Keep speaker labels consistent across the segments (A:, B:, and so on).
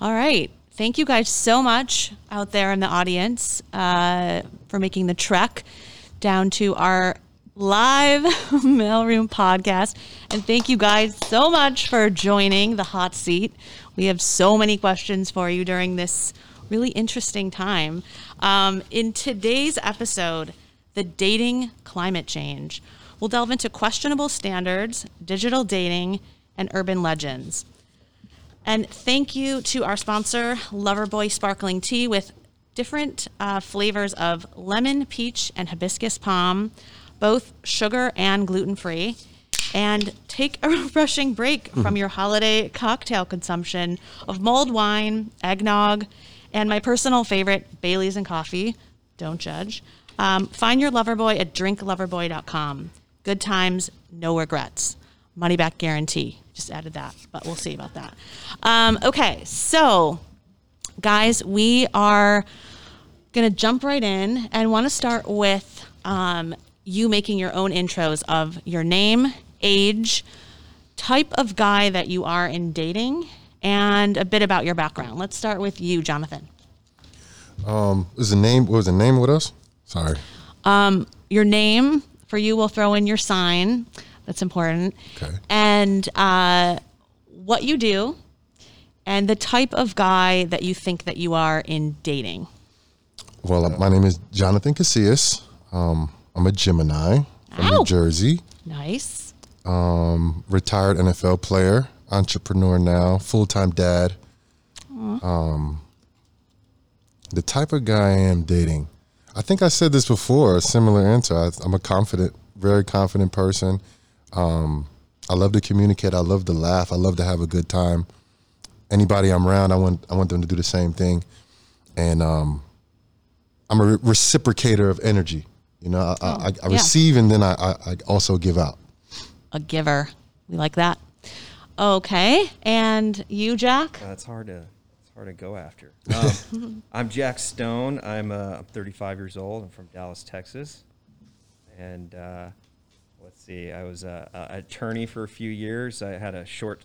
A: All right. Thank you guys so much out there in the audience uh, for making the trek down to our live mailroom podcast. And thank you guys so much for joining the hot seat. We have so many questions for you during this really interesting time. Um, in today's episode, the dating climate change, we'll delve into questionable standards, digital dating, and urban legends. And thank you to our sponsor, Loverboy Sparkling Tea, with different uh, flavors of lemon, peach, and hibiscus palm, both sugar and gluten free. And take a refreshing break from your holiday cocktail consumption of mulled wine, eggnog, and my personal favorite, Bailey's and coffee. Don't judge. Um, find your Loverboy at drinkloverboy.com. Good times, no regrets money back guarantee. Just added that, but we'll see about that. Um, okay, so guys, we are going to jump right in and want to start with um, you making your own intros of your name, age, type of guy that you are in dating, and a bit about your background. Let's start with you, Jonathan.
B: Is the name? What was the name with us? Sorry.
A: Your name for you, we'll throw in your sign. That's important.
B: Okay.
A: And uh, what you do, and the type of guy that you think that you are in dating.
B: Well, my name is Jonathan Casillas. Um, I'm a Gemini from
A: Ow.
B: New Jersey.
A: Nice.
B: Retired NFL player, entrepreneur now, full time dad. Um, the type of guy I am dating. I think I said this before. A similar answer. I, I'm a confident, very confident person. Um, I love to communicate. I love to laugh. I love to have a good time. Anybody I'm around, I want I want them to do the same thing. And um, I'm a re- reciprocator of energy. You know, I, I, I, I
A: yeah.
B: receive and then I, I, I also give out.
A: A giver. We like that. Okay. And you, Jack?
C: Uh, it's hard to it's hard to go after. Um, I'm Jack Stone. I'm uh, I'm 35 years old. I'm from Dallas, Texas, and uh, let's see. I was a, a attorney for a few years. I had a short,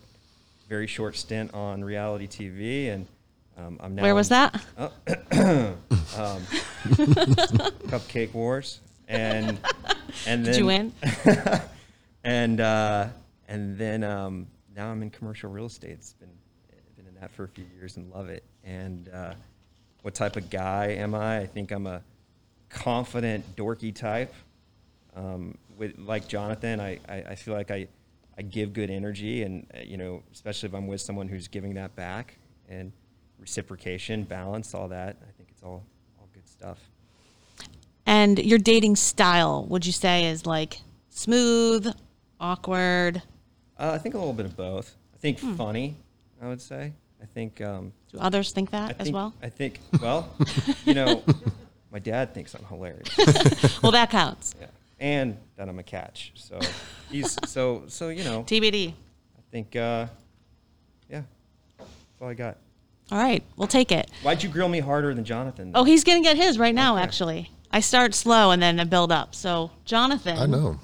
C: very short stint on reality TV, and um, I'm now
A: Where was
C: in
A: that?
C: Cupcake Wars, and and then
A: Did you win?
C: and uh, and then um, now I'm in commercial real estate. It's been been in that for a few years and love it. And uh, what type of guy am I? I think I'm a confident, dorky type. Um, with like Jonathan, I, I, I feel like I I give good energy, and uh, you know, especially if I'm with someone who's giving that back and reciprocation, balance, all that. I think it's all all good stuff.
A: And your dating style, would you say, is like smooth, awkward?
C: Uh, I think a little bit of both. I think funny. I would say. I think. Um,
A: Do others think that
C: I
A: as
C: think,
A: well?
C: I think, well, you know, my dad thinks I'm hilarious.
A: well, that counts.
C: Yeah. And that I'm a catch. So he's, so, so, you know, I
A: TBD.
C: think, uh, yeah, that's all I got.
A: All right. We'll take it.
C: Why'd you grill me harder than Jonathan?
A: Oh, he's gonna get his right now. Actually, I start slow and then I build up. So, Jonathan,
B: I know.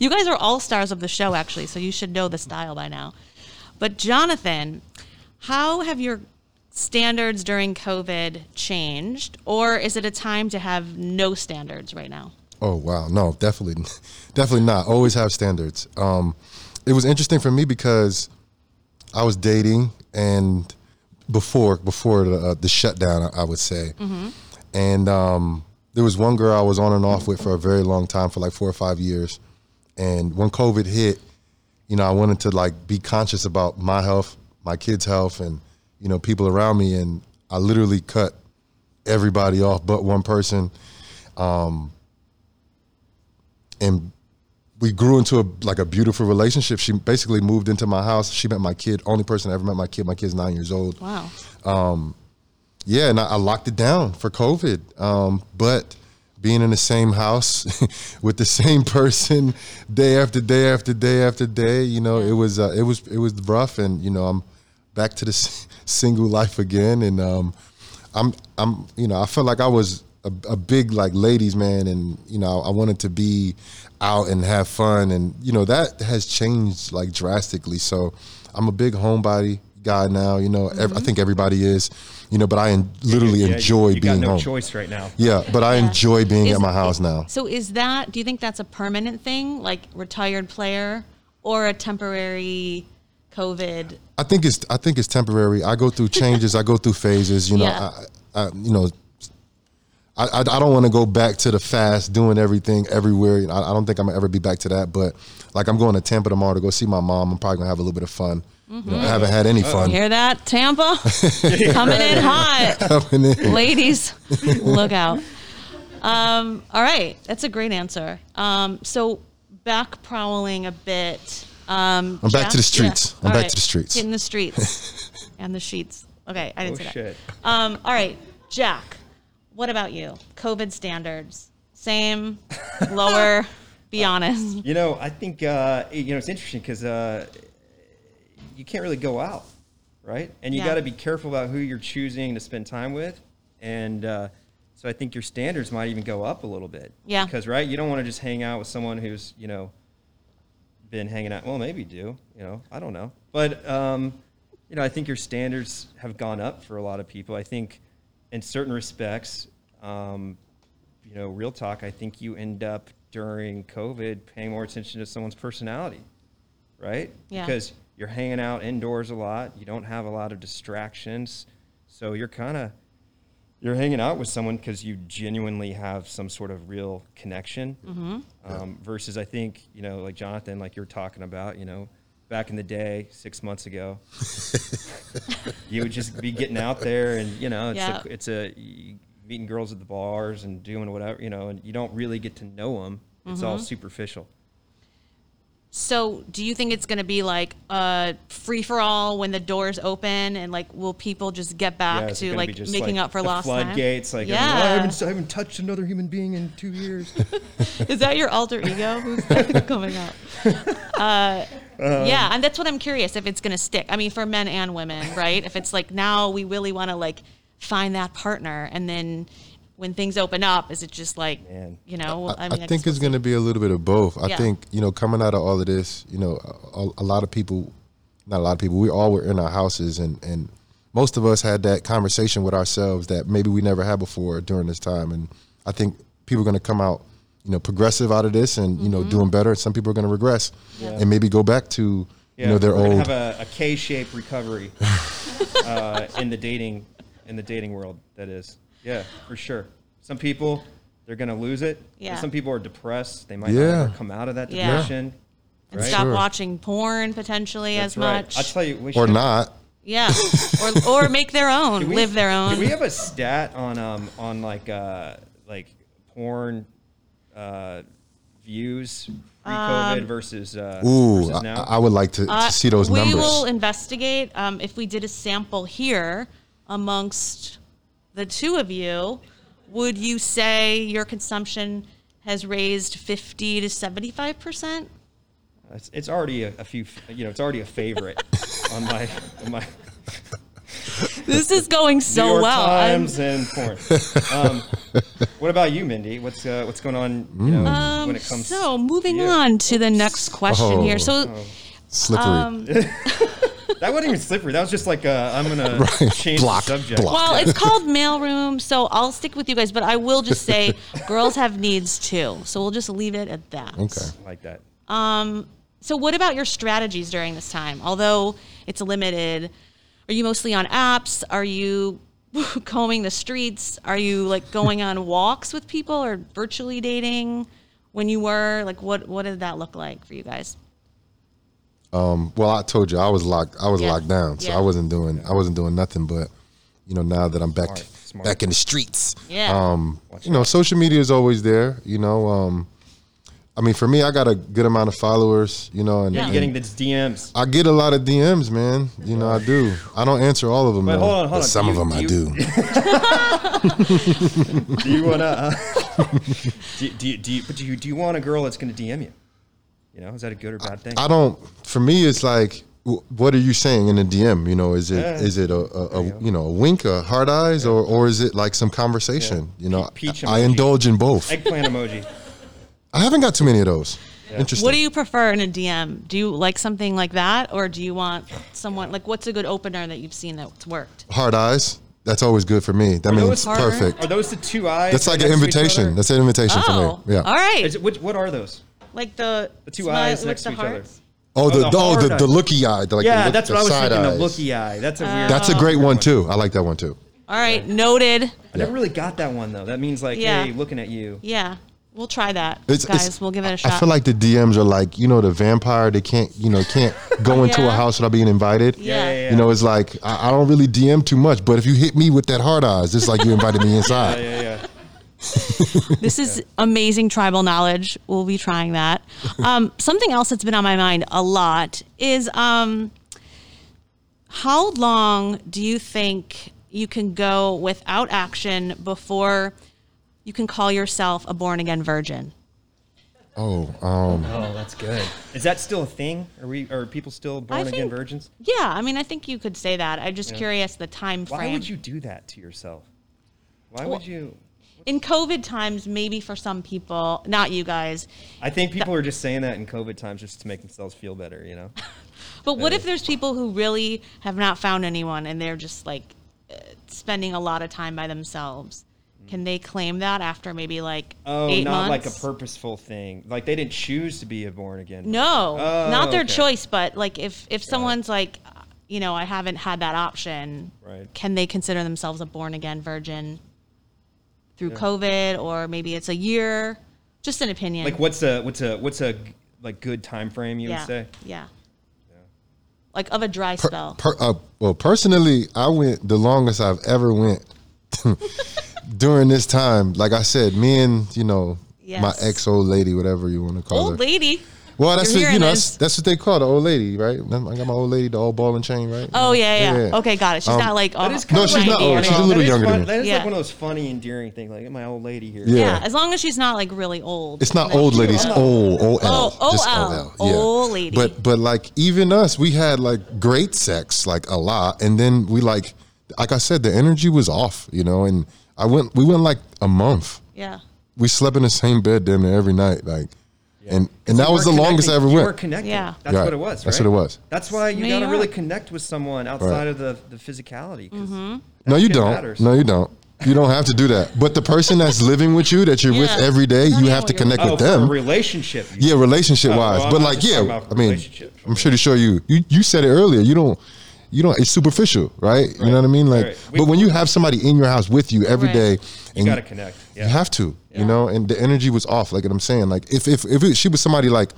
A: you guys are all stars of the show, actually, so you should know the style by now. But Jonathan, how have your standards during COVID changed, or is it a time to have no standards right now?
B: Oh wow, no, definitely, definitely not. Always have standards. Um, it was interesting for me because I was dating and before before the, uh, the shutdown, I would say, and um, there was one girl I was on and off with for a very long time, for like four or five years, and when COVID hit, you know, I wanted to like be conscious about my health, my kids' health, and you know, people around me, and I literally cut everybody off but one person Um, and we grew into a like a beautiful relationship. She basically moved into my house. She met my kid, only person I ever met my kid. My kid's nine years old.
A: Wow.
B: Yeah, and I, I locked it down for COVID. Um, but being in the same house with the same person day after day after day after day, you know, it was uh, it was it was rough. And you know, I'm back to the s- single life again. And um, I'm I'm you know, I felt like I was a, a big like ladies man, and you know, I wanted to be out and have fun, and you know, that has changed like drastically. So I'm a big homebody. guy now. You know, ev- I think everybody is. You know, but I en- literally
C: Mm-hmm. Yeah, you-
B: enjoy
C: you,
B: being
C: got no
B: home.
C: choice right now.
B: Yeah, but I enjoy being
A: Is-
B: at my house now.
A: So is that? Do you think that's a permanent thing, like retired player, or a temporary COVID?
B: I think it's I think it's temporary. I go through changes. I go through phases. You know,
A: Yeah.
B: I, I, you know, I I, I don't want to go back to the fast doing everything everywhere. You know, I, I don't think I'm gonna ever be back to that. But like I'm going to Tampa tomorrow to go see my mom. I'm probably gonna have a little bit of fun. You know, I haven't had any fun.
A: Hear that, Tampa? Coming in hot, ladies. Look out. Um, all right, that's a great answer. Um, so back prowling a bit. Um,
B: I'm back
A: Jeff?
B: to the streets. I'm
A: All
B: back to the streets.
A: In the streets and the sheets. Okay, I
C: Oh
A: didn't say that.
C: shit.
A: Um, all right, Jack. What about you? COVID standards, same, lower. be honest.
C: You know, I think uh, you know it's interesting because uh, you can't really go out, right? And you
A: Yeah.
C: got to be careful about who you're choosing to spend time with, and uh, so I think your standards might even go up a little bit.
A: Yeah.
C: Because right, you don't want to just hang out with someone who's you know been hanging out. Well, maybe you do. You know, I don't know. But um, you know, I think your standards have gone up for a lot of people. I think, in certain respects, um, you know, real talk. I think you end up during COVID paying more attention to someone's personality, right?
A: Yeah.
C: Because you're hanging out indoors a lot. You don't have a lot of distractions, so you're kind of you're hanging out with someone because you genuinely have some sort of real connection um, versus i think you know like jonathan like you're talking about you know back in the day six months ago you would just be getting out there and you know it's
A: Yeah.
C: a, it's a you- meeting girls at the bars and doing whatever you know and you don't really get to know them it's all
A: Mm-hmm.
C: superficial
A: So, do you think it's going to be like a free for all when the doors open, and like will people just get back
C: it's
A: to
C: gonna be
A: like
C: just
A: making
C: like
A: up for
C: the
A: lost
C: floodgates
A: time?
C: like
A: yeah,
C: everyone, "Oh, I, haven't, I haven't touched another human being in two years
A: is that your alter ego who's like, coming up? Uh,
C: Uh-huh.
A: yeah, and that's what I'm curious if it's going to stick. I mean, for men and women, right? If it's like now we really want to like find that partner, and then when things open up, is it just like
C: Man.
A: you know?
B: I,
A: mean,
B: I
A: guess
B: think
A: we'll
B: it's going to be a little bit of both. I
A: Yeah.
B: think you know, coming out of all of this, you know, a, a lot of people, not a lot of people, we all were in our houses, and and most of us had that conversation with ourselves that maybe we never had before during this time. And I think people are going to come out, you know, progressive out of this, and you know,
A: Mm-hmm.
B: doing better. And some people are going to regress and maybe go back to you know their
C: we're gonna
B: old.
C: have a, a K-shaped recovery uh, in the dating in the dating world. That is, yeah, for sure. Some people they're gonna lose it.
A: Yeah.
C: Some people are depressed. They might
B: Yeah.
C: not ever come out of that
A: Yeah.
C: depression.
A: and
C: right?
A: stop
B: Sure.
A: watching porn potentially
C: That's
A: as
C: right.
A: much.
C: I tell you, we
B: or
C: should-
B: not.
A: Yeah, or or make their own,
C: do we-
A: live their
C: Do
A: own.
C: we have a stat on um on like uh like porn uh views pre-COVID
A: Um,
C: versus uh
B: Ooh,
C: versus
B: I,
C: now?
B: I would like to, to
A: Uh,
B: see those
A: we
B: numbers.
A: will investigate um, if we did a sample here amongst the two of you. Would you say your consumption has raised fifty to seventy-five percent?
C: It's, it's already a, a few, you know, it's already a favorite on my on my
A: This is going so
C: New York
A: well. I'm-
C: Times and porn. Um, what about you, Mindy? What's uh, what's going on
B: Mm.
C: you know, when it comes?
A: Um, so
C: to
A: moving
C: you?
A: on to the next question here.
B: Oh.
A: So
B: Slippery.
A: um,
C: that wasn't even slippery. That was just like uh, I'm gonna change
B: Block,
C: the subject.
B: block.
A: Well, it's called mailroom, so I'll stick with you guys, but I will just say girls have needs too. So we'll just leave it at that.
B: okay.
C: I Like that.
A: So what about your strategies during this time? Although it's limited, are you mostly on apps? Are you combing the streets? Are you like going on walks with people or virtually dating when you were? Like what what did that look like for you guys?
B: Well, I told you I was locked. I was
A: Yeah.
B: locked down, so
A: Yeah.
B: I wasn't doing. I wasn't doing nothing. But you know, now that I'm back,
C: Smart, smart.
B: back in the streets.
A: Yeah.
B: Um, you know, social media is always there. You know, um, I mean, for me, I got a good amount of followers. You know, and,
A: Yeah.
C: You're
B: and
C: getting the DMs.
B: I get a lot of DMs, man. You know, I do. I don't answer all of them,
C: But
B: though,
C: hold on, hold
B: but
C: on.
B: some
C: Do
B: of
C: you-
B: them
C: do
B: I
C: you-
B: do.
C: Do you wanna? Uh, do, do, you- do you? But do you? Do you want a girl that's gonna DM you? You know, is that a good or bad thing?
B: I don't. For me, it's like, w- what are you saying in a DM? You know, is it is
C: Yeah.
B: it a, a, a you know a wink, a hard eyes, or or is it like some conversation? You know,
C: Pe- peach
B: I, I
C: emoji.
B: indulge in both.
C: Eggplant emoji.
B: I haven't got too many of those. Interesting.
A: What do you prefer in a DM? Do you like something like that, or do you want someone like what's a good opener that you've seen that's worked?
B: Hard eyes. That's always good for me. That means
C: those
B: it's
A: harder?
B: perfect.
C: Are those the two eyes?
B: That's like an
C: next to each
B: invitation.
C: other?
B: That's an invitation
A: Oh,
B: for me. Yeah.
A: all right.
C: Is it, which, what are those?
A: like the
C: The two
A: smile-
C: eyes
A: with
C: next
A: the
C: to each other.
A: hearts?
B: Oh, the,
C: Oh,
B: the,
C: the
B: oh,
C: hard
B: the, the
C: eyes.
B: looky eye. The, like,
C: Yeah,
B: the look-
C: that's what
B: the
C: I was
B: side
C: thinking.
B: eyes.
C: The looky eye. That's a weird.
B: That's a great one too. I like that one too.
A: All right, noted.
C: I never really got that one though. That means like,
A: Yeah.
C: hey, looking at you.
A: Yeah, we'll try that,
B: It's,
A: guys.
B: it's-
A: we'll give it
B: I-
A: a shot.
B: I feel like the DMs are like you know the vampire. They can't you know can't go into a
A: Yeah.
B: house without being invited.
A: Yeah. Yeah, yeah,
B: You know it's like I, I don't really DM too much, but if you hit me with that hard eyes, it's like you invited me inside.
C: Yeah, yeah.
A: This is amazing tribal knowledge. We'll be trying that. Um, something else that's been on my mind a lot is um, how long do you think you can go without action before you can call yourself a born again virgin?
B: Oh, um,
D: Oh, that's good.
C: Is that still a thing? Are we? Are people still born again
A: think-
C: virgins?
A: Yeah, I mean, I think you could say that. I'm just curious the time
C: Why
A: frame.
C: would you do that to yourself? Why
A: Well-
C: would you?
A: In COVID times, maybe for some people, not you guys,
C: I think people are just saying that in COVID times just to make themselves feel better. You know.
A: But what if there's people who really have not found anyone and they're just like uh, spending a lot of time by themselves? Can they claim that after maybe like
C: Oh,
A: eight months?
C: not like a purposeful thing. Like they didn't choose to be a born again.
A: no,
C: Oh,
A: not their
C: okay.
A: choice, but like if if someone's like, you know, I haven't had that option,
C: Right.
A: can they consider themselves a born again virgin through COVID or maybe it's a year? Just an opinion.
C: Like what's a what's a what's a like good time frame you
A: yeah,
C: would say?
A: yeah, like of a dry
B: per-
A: spell.
B: per- uh, well, personally, I went the longest I've ever went during this time. Like I said, me and you know my
A: Yes.
B: ex old lady, whatever you want to call
A: Old
B: her.
A: lady.
B: Well, that's
A: You're
B: what, you
A: hearing
B: know
A: this.
B: that's, that's what they call the old lady, right? I got my old lady, the old ball and chain, right?
A: Oh yeah, yeah.
B: Yeah.
A: Okay, got it. She's
B: Um,
A: not like all,
C: That is
B: No,
C: kinda
B: she's not
C: funny.
B: old. She's a little
C: That is
B: younger than
C: fun-
B: me.
C: That is
A: Uh-huh. Yeah.
C: like one of those funny, endearing things. Like my old lady here.
B: Yeah.
A: Yeah, as long as she's not like really old.
B: It's not
A: Like,
B: old ladies, old, OL.
A: Oh,
B: just
A: OL,
B: OL, yeah.
A: old lady.
B: But but like even us, we had like great sex, like a lot, and then we like like I said, the energy was off, you know, and I went we went like a month.
A: Yeah.
B: We slept in the same bed damn near every night, like and and that
C: You
B: was the
C: weren't
B: longest I ever went.
C: connecting. You were connected.
A: Yeah.
C: That's
B: Right.
C: what it was.
B: That's
C: right?
B: what it was.
C: That's why you
A: New
C: got to really
A: York.
C: connect with someone
B: Right.
C: outside of the, the physicality. 'cause
A: Mm-hmm.
C: that
B: No, you
C: shit
B: don't.
C: matters.
B: No, you don't. You don't have to do that. But the person that's living with you, that you're with
A: Yeah.
B: every
A: I
B: day, you
A: know
B: have to
A: what you're-
B: connect
C: oh,
B: with
C: for a
B: them.
C: relationship. you-
B: Yeah, relationship wise,
C: well,
B: but
C: I'm
B: like,
C: just talking
B: yeah,
C: about
B: I mean,
C: relationships.
B: I'm pretty sure you, you you said it earlier. You don't, you don't. It's superficial, right? You know what I mean? Like,
C: Right. We-
B: but when you have somebody in your house with you every
A: Right.
B: day, and
C: You got to connect. Yeah.
B: you have to,
A: Yeah.
B: you know. And the energy was off. Like what I'm saying, like if if if it, she was somebody like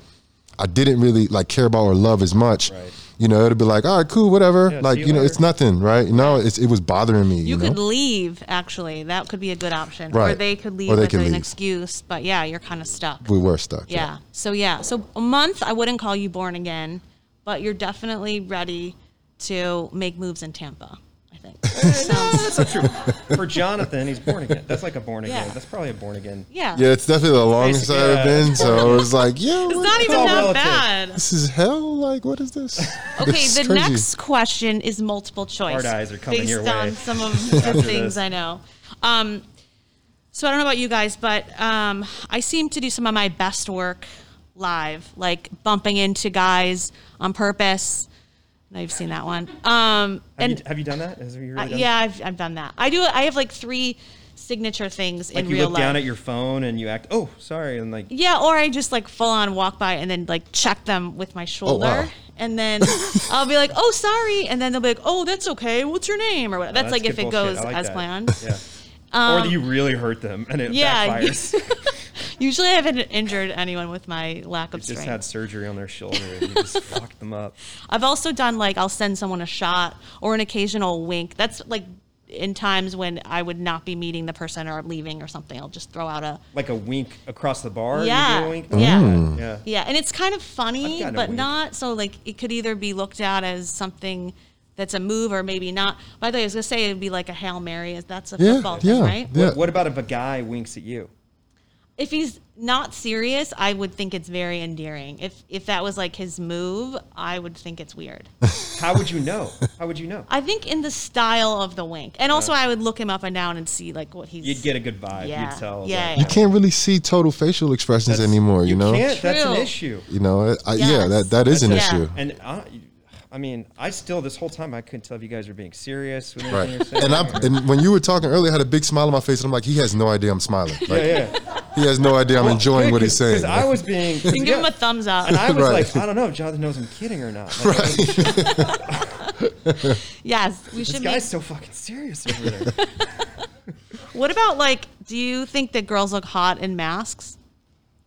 B: I didn't really like care about or love as much,
C: Right.
B: you know, it'd be like, all right, cool, whatever.
C: Yeah,
B: like
C: see
B: you,
C: you
B: know,
C: later.
B: it's nothing, right? No, it's it was bothering me. You,
A: You,
B: know?
A: could leave, actually. That could be a good option. Or
B: Right.
A: they could leave
B: Or they
A: with
B: could
A: an
B: leave.
A: excuse. But yeah, you're kind of stuck.
B: we were stuck.
A: yeah. So yeah. So a month, I wouldn't call you born again, but you're definitely ready to make moves in Tampa, I think. Sounds-
C: That's not true. For Jonathan, he's born again. That's like a born again.
A: Yeah.
C: That's probably a born again.
A: yeah.
B: Yeah, it's definitely the longest
C: Basically,
B: I've
C: uh,
B: been. So I was like, yeah,
A: It's
B: what-
A: not even
C: all
A: that
C: relative.
A: bad.
B: this is hell. Like, what is this?
A: Okay,
B: It's
A: the
B: crazy.
A: next question is multiple choice.
C: Hard eyes are coming
A: based
C: your way
A: on some of the things
C: this.
A: I know. Um, so I don't know about you guys, but um, I seem to do some of my best work live, like bumping into guys on purpose. No, you've seen that one. Um,
C: Have,
A: and
C: you, have you done that? Has you really
A: uh,
C: done that?
A: yeah, I've, I've done that. I do. I have like three signature things
C: Like
A: in
C: you
A: real
C: look
A: life.
C: down at your phone and you act, oh, sorry, and like
A: Yeah, or I just like full on walk by and then like check them with my shoulder.
B: wow.
A: And then I'll be like, oh, sorry. And then they'll be like, oh, that's okay. What's your name? Or whatever.
C: "Oh,
A: that's, like
C: good
A: if it
C: bullshit. I
A: goes
C: like
A: as
C: that."
A: planned.
C: Yeah. or that you really hurt them and it
A: Um, Yeah.
C: backfires.
A: Usually I haven't injured anyone with my lack of
C: just
A: strength.
C: had surgery on their shoulder and you just fucked them up.
A: I've also done like, I'll send someone a shot or an occasional wink. That's like in times when I would not be meeting the person or leaving or something. I'll just throw out a.
C: Like a wink across the bar. You do
A: Yeah.
C: a wink?
A: Yeah.
B: Mm.
C: Yeah.
A: Yeah, and it's kind of
C: I've
A: funny,
C: gotten a
A: but
C: wink.
A: not so like it could either be looked at as something that's a move or maybe not. By the way, I was gonna say it'd be like a hail mary. That's a
B: Yeah,
A: football
B: yeah,
A: thing, right?
B: yeah.
C: What about if a guy winks at you?
A: if he's not serious, I would think it's very endearing. If if that was like his move, I would think it's weird.
C: How would you know? How would you know?
A: I think in the style of the wink, and also I would look him up and down and see like what he's.
C: You'd get a good vibe.
A: Yeah.
C: You'd tell.
A: Yeah,
C: like,
A: yeah.
B: You can't really see total facial expressions
C: that's-
B: anymore. You, know.
C: can't. That's an
A: True.
C: issue.
B: You know. I, Yeah.
A: Yes.
B: That that is an
A: That's-
B: issue.
A: yeah.
C: And I, I mean, I still this whole time I couldn't tell if you guys were being serious. With
B: Right.
C: anything you're saying
B: And I
C: or-
B: and when you were talking earlier, I had a big smile on my face, and I'm like, he has no idea I'm smiling. Like,
C: yeah, yeah.
B: He has no idea I'm enjoying what he's saying.
C: Because I was being.
A: You can give him a thumbs up.
C: and I was
B: Right.
C: like, I don't know if Jonathan knows I'm kidding or not. Like,
A: yes, we
C: This
A: should. Make,
C: guy's so fucking serious over there.
A: what about like? Do you think that girls look hot in masks?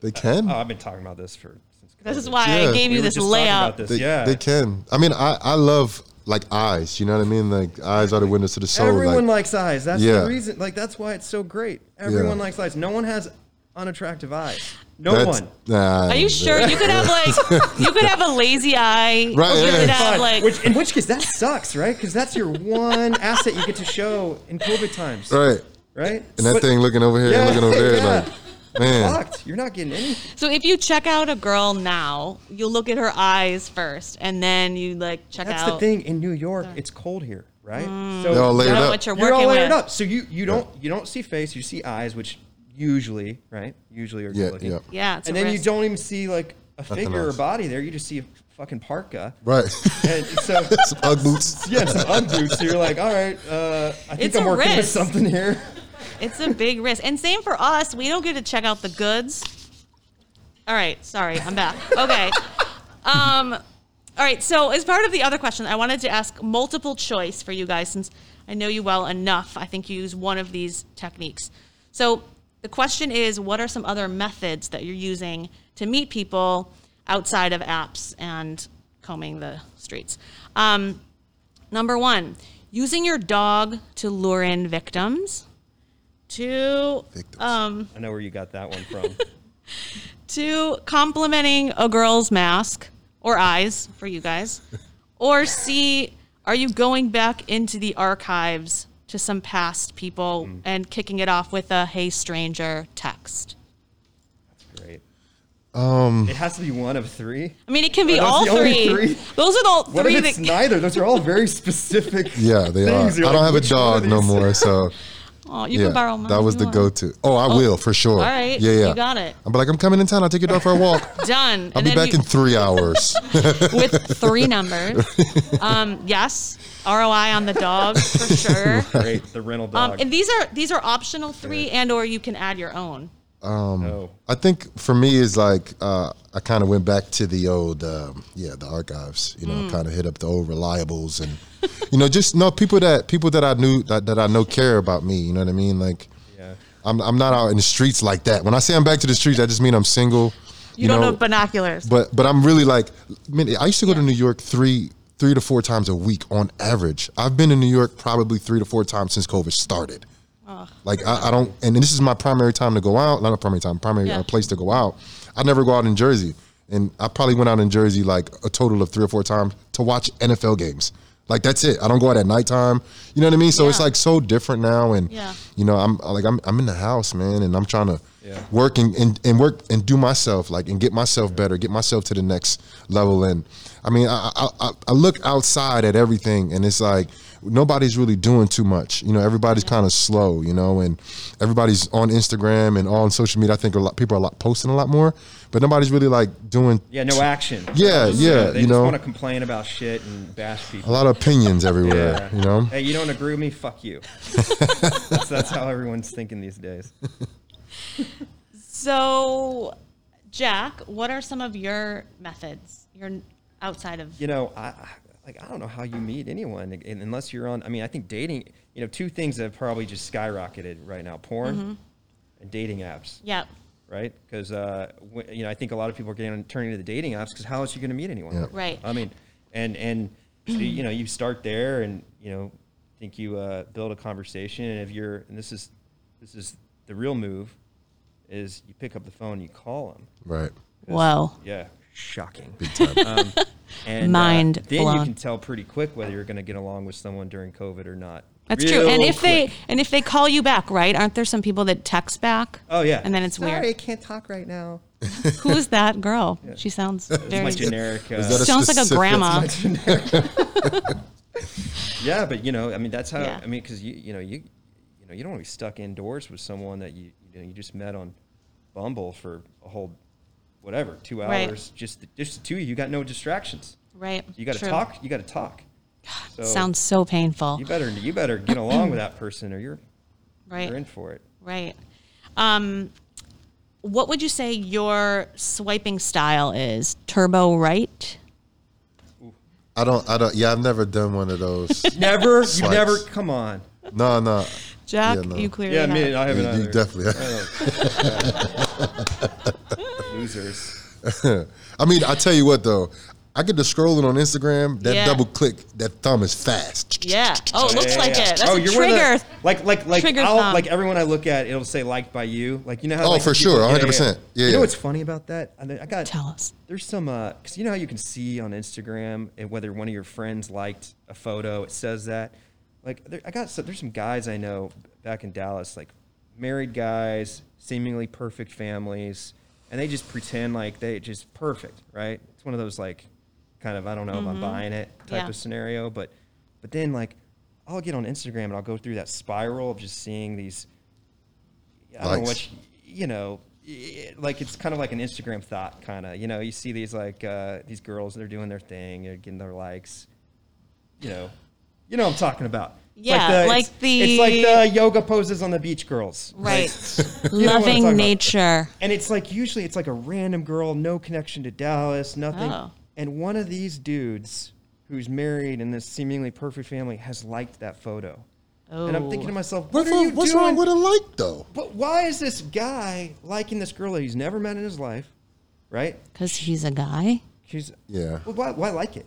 B: they can.
C: oh, I've been talking about this for. Since
A: This is
C: COVID.
A: why
B: Yeah.
A: I gave
C: We
A: you
C: were
A: this
C: just talking about
A: layup.
C: this,
B: They,
C: yeah.
B: they can. I mean, I, I love like eyes. You know what I mean? Like eyes are the windows to the soul.
C: Everyone
B: like,
C: likes eyes. That's
B: Yeah.
C: the reason. Like that's why it's so great. Everyone likes eyes. No one has unattractive eyes. No
B: that's-
C: one.
B: Nah,
A: Are you sure you could have like you could have a lazy eye?
B: Right,
A: You
B: yeah.
A: could have
C: Fine.
A: like
C: which, in which case, that sucks, right? Because that's your one asset you get to show in COVID times, right?
B: Right. And that
C: But
B: thing looking over here
C: Yeah,
B: and looking over there,
C: yeah.
B: like, man.
C: fucked. You're not getting any.
A: So if you check out a girl now, you'll look at her eyes first, and then you like check
C: That's
A: out. Mm.
C: the thing in New York. It's cold here, right? So
B: They're all layered
C: now
B: up.
A: What you're
C: you're all
A: working
C: layered
A: with.
C: up. So you you don't you don't see face. You see eyes, which usually, right? Usually are good
B: Yeah,
C: looking.
B: yeah.
A: Yeah, it's
C: and
A: a
C: then you
A: risk.
C: don't even see like a figure or
B: else.
C: body there. You just see a fucking parka.
B: Right.
C: And so
B: Some Ugg boots.
C: yeah, some Ugg boots. So you're like, all right, uh, I think
A: It's
C: I'm
A: a
C: working with
A: risk.
C: something here.
A: It's a big risk, and same for us. We don't get to check out the goods. All right, sorry, I'm back. Okay. Um, all right. So as part of the other question, I wanted to ask multiple choice for you guys, since I know you well enough. I think you use one of these techniques. So the question is, what are some other methods that you're using to meet people outside of apps and combing the streets? Um, number one, using your dog to lure in victims. Two,
B: Victims.
A: um,
C: I know where you got that one from.
A: two, complimenting a girl's mask or eyes for you guys. Or C, are you going back into the archives to some past people
C: Mm.
A: and kicking it off with a hey stranger text?
C: Great. Um, it has to be one of three.
A: I mean, it can be
C: Are those
A: all
C: the only
A: three.
C: three?
A: Those are the
C: What
A: three
C: if it's
A: that.
C: neither? Those are all very specific.
B: Yeah, they
C: things.
B: are.
C: You're
B: I
C: like,
B: don't have a
C: which one of
B: dog no
C: these?
B: more, so
A: oh, you
B: yeah,
A: can borrow mine.
B: that was
A: if
B: the
A: you want.
B: go-to. Oh, I will for sure. All
A: right,
B: yeah, yeah,
A: you got it.
B: I'm like, I'm coming in town. I'll take your dog for a walk.
A: Done.
B: I'll be back in three hours.
A: with three numbers. Um, yes, ROI on the dog for sure.
C: Great, the rental
A: Um,
C: dog.
A: and these are these are optional three, and or you can add your own.
B: Um,
C: no.
B: I think for me is like uh, I kind of went back to the old um, yeah the archives you know
A: Mm.
B: kind of hit up the old reliables and you know just no people that people that I knew that, that I know care about me you know what I mean like
C: Yeah.
B: I'm I'm not out in the streets like that when I say I'm back to the streets I just mean I'm single
A: You, don't know binoculars.
B: but but I'm really like man I used to go to New York three three to four times a week on average I've been in New York probably three to four times since COVID started like I, I don't, and this is my primary time to go out. Not a primary time, primary
A: Yeah.
B: uh, place to go out. I never go out in Jersey, and I probably went out in Jersey like a total of three or four times to watch NFL games. Like that's it. I don't go out at nighttime. You know what I mean? So it's
A: Yeah.
B: like so different now, and
A: Yeah.
B: you know I'm like I'm I'm in the house, man, and I'm trying to
C: Yeah.
B: work and, and and work and do myself like and get myself better, get myself to the next level. And I mean, I I, I- I look outside at everything, and it's like nobody's really doing too much. You know, everybody's kind of slow. You know, and everybody's on Instagram and on social media. I think a lot people are a lot posting a lot more, but nobody's really like doing
C: Yeah, no action.
B: Yeah, yeah,
C: They
B: you
C: just
B: know.
C: want to complain about shit and bash people.
B: a lot of opinions everywhere.
C: Yeah.
B: You know,
C: Hey, you don't agree with me? Fuck you. that's, that's how everyone's thinking these days.
A: so, Jack, what are some of your methods? You're outside of
C: You know, I I- like I don't know how you meet anyone and- unless you're on. I mean, I think dating. You know, two things that have probably just skyrocketed right now: porn and dating apps.
A: Mm-hmm. yeah.
C: Right, because uh, wh- you know, I think a lot of people are getting turning to the dating apps because how else you going to meet anyone?
B: Yeah.
A: Right.
C: I mean, and and so, you know, you start there, and you know, think you uh, build a conversation, and if you're, and this is, this is the real move, is you pick up the phone, and you call them.
B: right?
A: Whoa.
C: Yeah, shocking.
B: Time.
C: And uh,
A: Mind
C: then
A: blown.
C: you can tell pretty quick whether you're going to get along with someone during COVID or not.
A: That's true. And
C: real
A: if they and if they call you back, right? Aren't there some people that text back?
C: Oh yeah.
A: And then it's
C: Sorry, I
A: weird.
C: can't talk right now.
A: Who is that girl? She sounds
C: My
A: very
C: generic. Uh,
B: that a
A: sounds like a
B: specific-
A: grandma.
C: yeah, but you know, I mean, that's how.
A: Yeah.
C: I mean, because you you know you you know you don't want to be stuck indoors with someone that you you know you just met on Bumble for a whole whatever two
A: Right.
C: hours. Just just the two of you. You got no distractions.
A: right.
C: You got to
A: True.
C: talk. You got to talk. So
A: Sounds so painful.
C: You better you better get along with that person, or you're
A: Right.
C: you're in for it.
A: Right. Um, what would you say your swiping style is? Turbo right?
B: I don't. I don't. Yeah, I've never done one of those.
C: Never. You
B: Slice.
C: never. Come on.
B: no, no.
A: Jack,
B: Yeah, no.
A: you clearly
C: Yeah, I mean,
A: have-
C: I haven't
B: You- you
C: either.
B: definitely-
C: Oh, God. Losers.
B: I mean, I tell you what though, I get to scrolling on Instagram. That
A: Yeah.
B: double click, that thumb is fast.
A: yeah. Oh, it looks
C: Yeah,
A: like
C: yeah, yeah.
A: it. That's
C: oh,
A: a
C: you're one of the-
A: trigger.
C: like like like
A: trigger
C: I'll,
A: thumb.
C: like everyone I look at, it'll say liked by you. Like you know how.
B: Oh,
C: like,
B: for
C: you-
B: sure,
C: yeah, yeah,
B: 100%. Yeah,
C: You
B: yeah.
C: know what's funny about that? I, mean, I got.
A: Tell us.
C: There's some uh, cause you know how you can see on Instagram and whether one of your friends liked a photo. It says that. Like there, I got so there's some guys I know back in Dallas, like married guys, seemingly perfect families, and they just pretend like they just perfect, right? It's one of those like, kind of I don't know if I'm buying it type
A: Yeah.
C: of scenario, but but then like I'll get on Instagram and I'll go through that spiral of just seeing these I don't know
B: Likes.
C: what you, you know, i- like it's kind of like an Instagram thought, kind of. You know, you see these like uh, these girls, they're doing their thing, they're getting their likes. You know, you know what I'm talking about. It's
A: Yeah, like
C: it's- it's like
A: the-
C: the yoga poses on the beach girls,
A: Right.
C: You know what I'm
A: Loving
C: talking about.
A: nature.
C: And it's like usually it's like a random girl, no connection to Dallas, nothing.
A: Oh.
C: And one of these dudes who's married in this seemingly perfect family has liked that photo. And I'm thinking to
A: Oh.
C: myself, what
B: What's,
C: are you
B: wrong, what's
C: doing?
B: wrong with a like though?
C: But why is this guy liking this girl that he's never met in his life, right?
A: Because Oh, he's a guy.
C: She's
B: Yeah.
C: Well, why, why like it?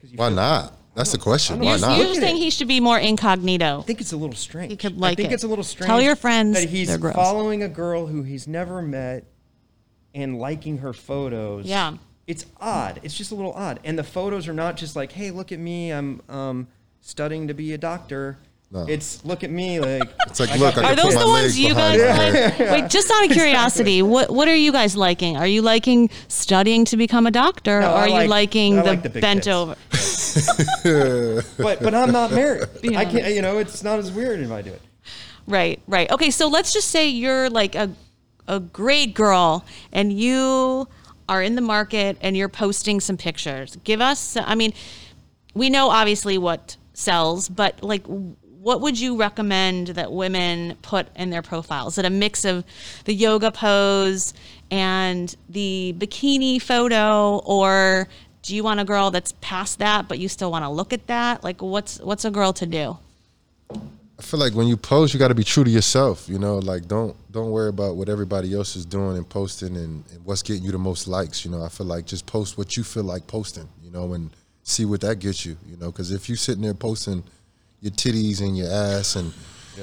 C: 'Cause you
B: Why
C: feel-
B: not? That's the question. Why
C: I don't-
A: You're,
B: not?
A: you're
C: Look at
A: saying
C: it.
A: he should be more incognito.
C: I think it's a little strange.
A: He could
C: I
A: like
C: think
A: it.
C: it's a little
A: Tell
C: strange.
A: your friends
C: that he's
A: they're gross.
C: following a girl who he's never met and liking her photos.
A: Yeah.
C: It's odd. It's just a little odd. And the photos are not just like, "Hey, look at me. I'm um studying to be a doctor."
B: No.
C: It's look at me like
B: It's like, look, I
A: Are
B: can
A: those
B: put my
A: the ones
B: legs
A: you
B: behind
A: guys
B: my
A: like?
B: head.
A: Wait, just out of curiosity, what what are you guys liking? Are you liking studying to become a doctor,
C: No,
A: or
C: I
A: are you
C: like-
A: liking
C: I
A: the,
C: like the big
A: bent
C: tits.
A: over?
C: but but I'm not married.
A: Yeah.
C: I can't. You know, it's not as weird if I do it.
A: Right, right. Okay, so let's just say you're like a a great girl, and you are in the market, and you're posting some pictures. Give us, I mean, we know obviously what sells, but like. What would you recommend that women put in their profiles? Is it a mix of the yoga pose and the bikini photo, or do you want a girl that's past that but you still want to look at that? Like, what's what's a girl to do?
B: I feel like when you post, you got to be true to yourself. You know, like don't don't worry about what everybody else is doing and posting and, and what's getting you the most likes. You know, I feel like just post what you feel like posting. You know, and see what that gets you. You know, because if you sitting there posting your titties and your ass and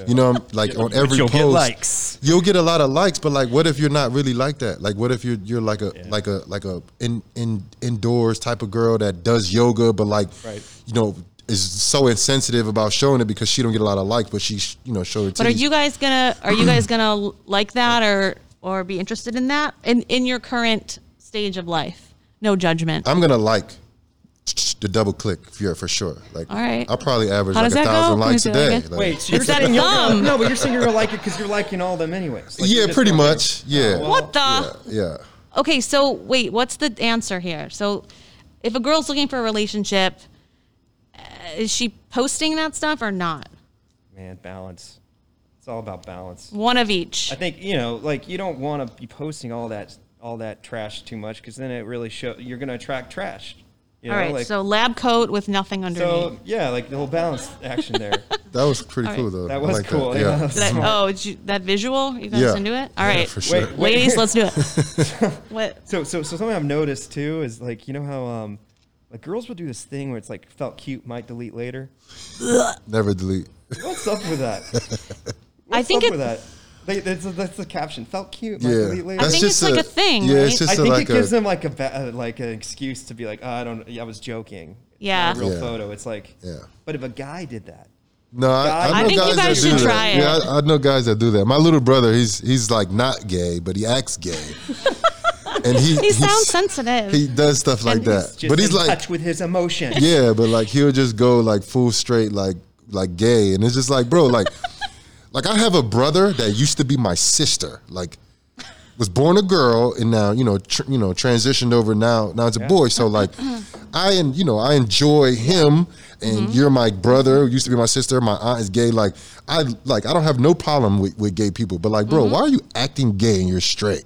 B: you know, like on every
C: you'll
B: post,
C: get likes.
B: you'll get a lot of likes. But like, what if you're not really like that? Like, what if you're you're like a like a like a in in indoors type of girl that does yoga, but like
C: Right.
B: you know is so insensitive about showing it because she don't get a lot of likes, but she you know show her.
A: But are
B: titties.
A: you guys gonna are you guys gonna like that or or be interested in that in in your current stage of life? No judgment.
B: I'm gonna like the double click for for sure. Like,
A: All right.
B: I'll probably average
A: How does
B: like a
A: that go?
B: thousand
A: Can we
B: likes
A: do
B: a
A: it like
B: day.
A: that?
B: Like,
C: Wait, so you're
A: It's that
C: saying you're gonna,
A: thumb.
C: no, but you're saying you're gonna like it because you're liking all them anyways. Like, you're
B: yeah,
C: just
B: pretty
C: gonna-
B: much. Yeah,
C: well-
A: what the?
B: yeah.
A: Okay, so wait, what's the answer here? So, if a girl's looking for a relationship, uh, is she posting that stuff or not?
C: Man, balance. It's all about balance.
A: One of each.
C: I think you know, like you don't want to be posting all that all that trash too much because then it really show you're gonna attract trash. You know,
A: All right,
C: like,
A: so lab coat with nothing underneath.
C: so yeah, like the whole balance action there.
B: That was pretty cool
A: right.
B: though.
C: That
B: I
C: was
B: like
C: cool.
B: That.
C: yeah,
B: Yeah.
C: that was
A: Did I-
C: smart.
A: oh, did you, that visual? You guys
B: Yeah.
A: into it? All
B: Yeah,
A: right,
B: for
C: Wait,
B: sure.
C: wait.
A: ladies, let's do it. what?
C: So, so, so something I've noticed too is like you know how um, like girls will do this thing where it's like felt cute, might delete later.
B: Never delete.
C: What's up with that? What's
A: I think
C: up
A: it-
C: with that. They, that's, that's the caption. Felt cute, might
B: Yeah,
C: delete later.
A: I
B: that's
A: think
B: just
A: it's like a thing,
B: Yeah,
A: right?
B: it's just
C: I
B: a,
C: think
B: like
C: it gives
B: a.
C: them like a ba- uh, like an excuse to be like, oh, I don't, I was joking. It's not
A: Yeah.
C: a real
B: Yeah.
C: photo. It's like,
B: Yeah.
C: But if a guy did that,
B: No, I, I
A: I
B: know
A: think you
B: guys that
A: guys
B: do
A: should
B: that.
A: try it.
B: Yeah, I, I know guys that do that. My little brother, he's he's like not gay, but he acts gay, and he
A: He sounds
B: he's-
A: sensitive.
B: He does stuff like
A: And
B: that,
C: Just
B: but he's
C: in
B: like,
C: touch with his emotions.
B: yeah, but like he'll just go like full straight, like like gay, and it's just like, bro, like like I have a brother that used to be my sister, like was born a girl and now you know tr- you know transitioned over now now it's a boy. So like I and you know I enjoy him, and
A: Mm-hmm.
B: you're my brother. Used to be my sister. My aunt is gay. Like I like I don't have no problem with, with gay people, but like, bro,
A: Mm-hmm.
B: why are you acting gay and you're straight?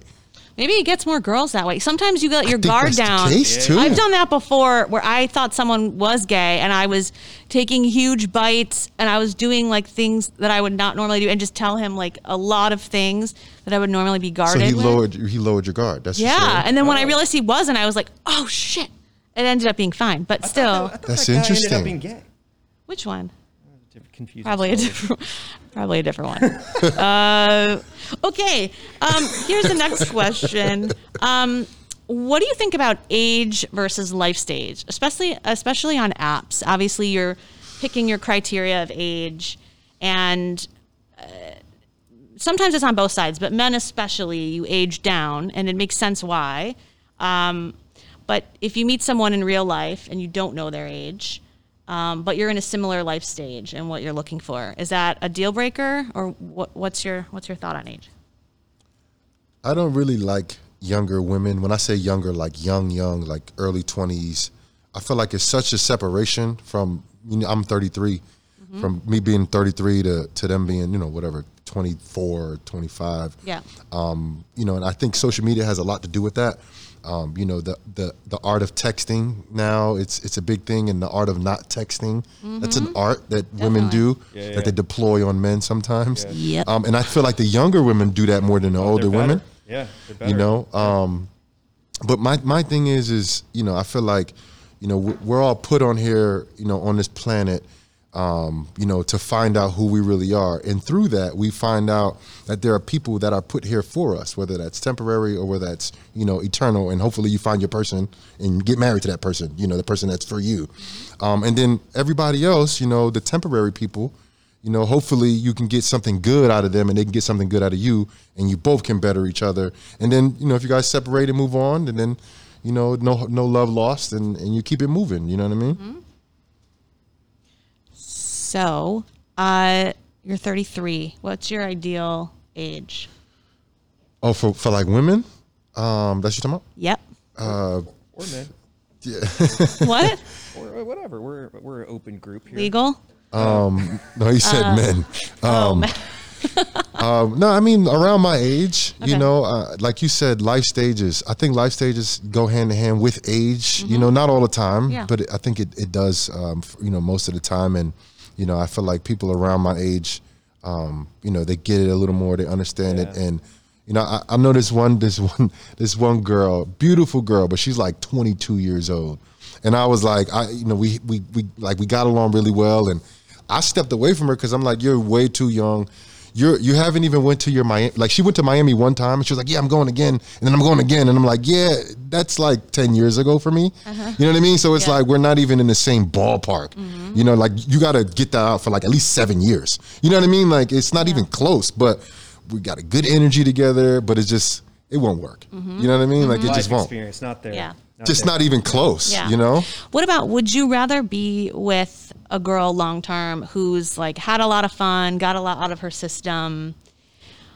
A: Maybe it gets more girls that way. Sometimes you let your guard
B: that's the
A: down.
B: case, Yeah. too.
A: I've done that before where I thought someone was gay and I was taking huge bites and I was doing like things that I would not normally do and just tell him like a lot of things that I would normally be
B: So
A: guarded.
B: he
A: with.
B: lowered he lowered your Oh. guard. That's for
A: yeah.
B: sure.
A: And then when I realized he wasn't, I was like, oh shit. It ended up being fine. But still,
C: I thought
B: That's
C: that guy Ended
B: interesting.
C: up being gay.
A: which one?
C: Confusing
A: Probably a
C: story.
A: different, probably a different one. uh, okay, um, here's the next question. Um, what do you think about age versus life stage, especially especially on apps? Obviously, you're picking your criteria of age, and uh, sometimes it's on both sides, but men especially, you age down, and it makes sense why. Um, but if you meet someone in real life and you don't know their age, um, but you're in a similar life stage and what you're looking for, is that a deal breaker or what, what's your what's your thought on age?
B: I don't really like younger women. When I say younger, like young, young, like early twenties, I feel like it's such a separation from you know I'm 33,
A: Mm-hmm.
B: from me being 33 to to them being you know whatever 24 or 25.
A: Yeah,
B: Um, you know, and I think social media has a lot to do with that. Um, you know, the, the the art of texting now it's it's a big thing, and the art of not texting that's
A: Mm-hmm.
B: an art that women do
C: Yeah, yeah.
B: that they deploy on men sometimes.
A: Yep.
B: Um, and I feel like the younger women do that more than the
C: They're
B: older
C: better.
B: women
C: Yeah, they're better.
B: you know um but my my thing is is you know i feel like you know we- we're all put on here you know on this planet um you know to find out who we really are and through that we find out that there are people that are put here for us whether that's temporary or whether that's you know eternal and hopefully you find your person and get married to that person you know the person that's for you um and then everybody else you know the temporary people you know hopefully you can get something good out of them and they can get something good out of you and you both can better each other and then you know if you guys separate and move on and then you know no no love lost and and you keep it moving you know what i mean
A: so uh, you're 33. What's your ideal age?
B: oh for for like women um that's what you're talking
A: Yep.
C: Or men,
A: What
C: or or whatever. We're we're an open group here.
A: legal?
B: about no you said
A: Uh.
B: men
A: Um,
B: Um, no, I mean around my age,
A: Okay.
B: you know, uh, like you said, life stages. I think life stages go hand in hand with age. You know, not all the time,
A: Mm-hmm. Yeah.
B: but I think it it does. Um, f- you know, most of the time, and you know, I feel like people around my age, um, you know, they get it a little more, they understand it,
C: Yeah.
B: and you know, I, I know this one, this one, this one girl, beautiful girl, but she's like 22 years old, and I was like, I, you know, we we we like we got along really well, and I stepped away from her because I'm like, you're way too young. You're you haven't even went to your Miami. Like she went to Miami one time, and she was like, yeah, I'm going again, and then I'm going again, and I'm like, yeah, that's like 10 years ago for me. You know what I mean? So it's
A: Uh-huh. Yeah. Mm-hmm.
B: like we're not even in the same ballpark. You know, like you got to get that out for like at least seven years. You know what I mean? Like it's not even close, but we got a good energy together, but it's just it won't work.
A: Mm-hmm.
B: You know what I mean? Like it
C: Life
B: just won't.
C: experience, not there.
A: Yeah.
B: Just
C: there.
B: not even close.
A: Yeah.
B: You know?
A: What about would you rather be with a girl long term who's like had a lot of fun, got a lot out of her system?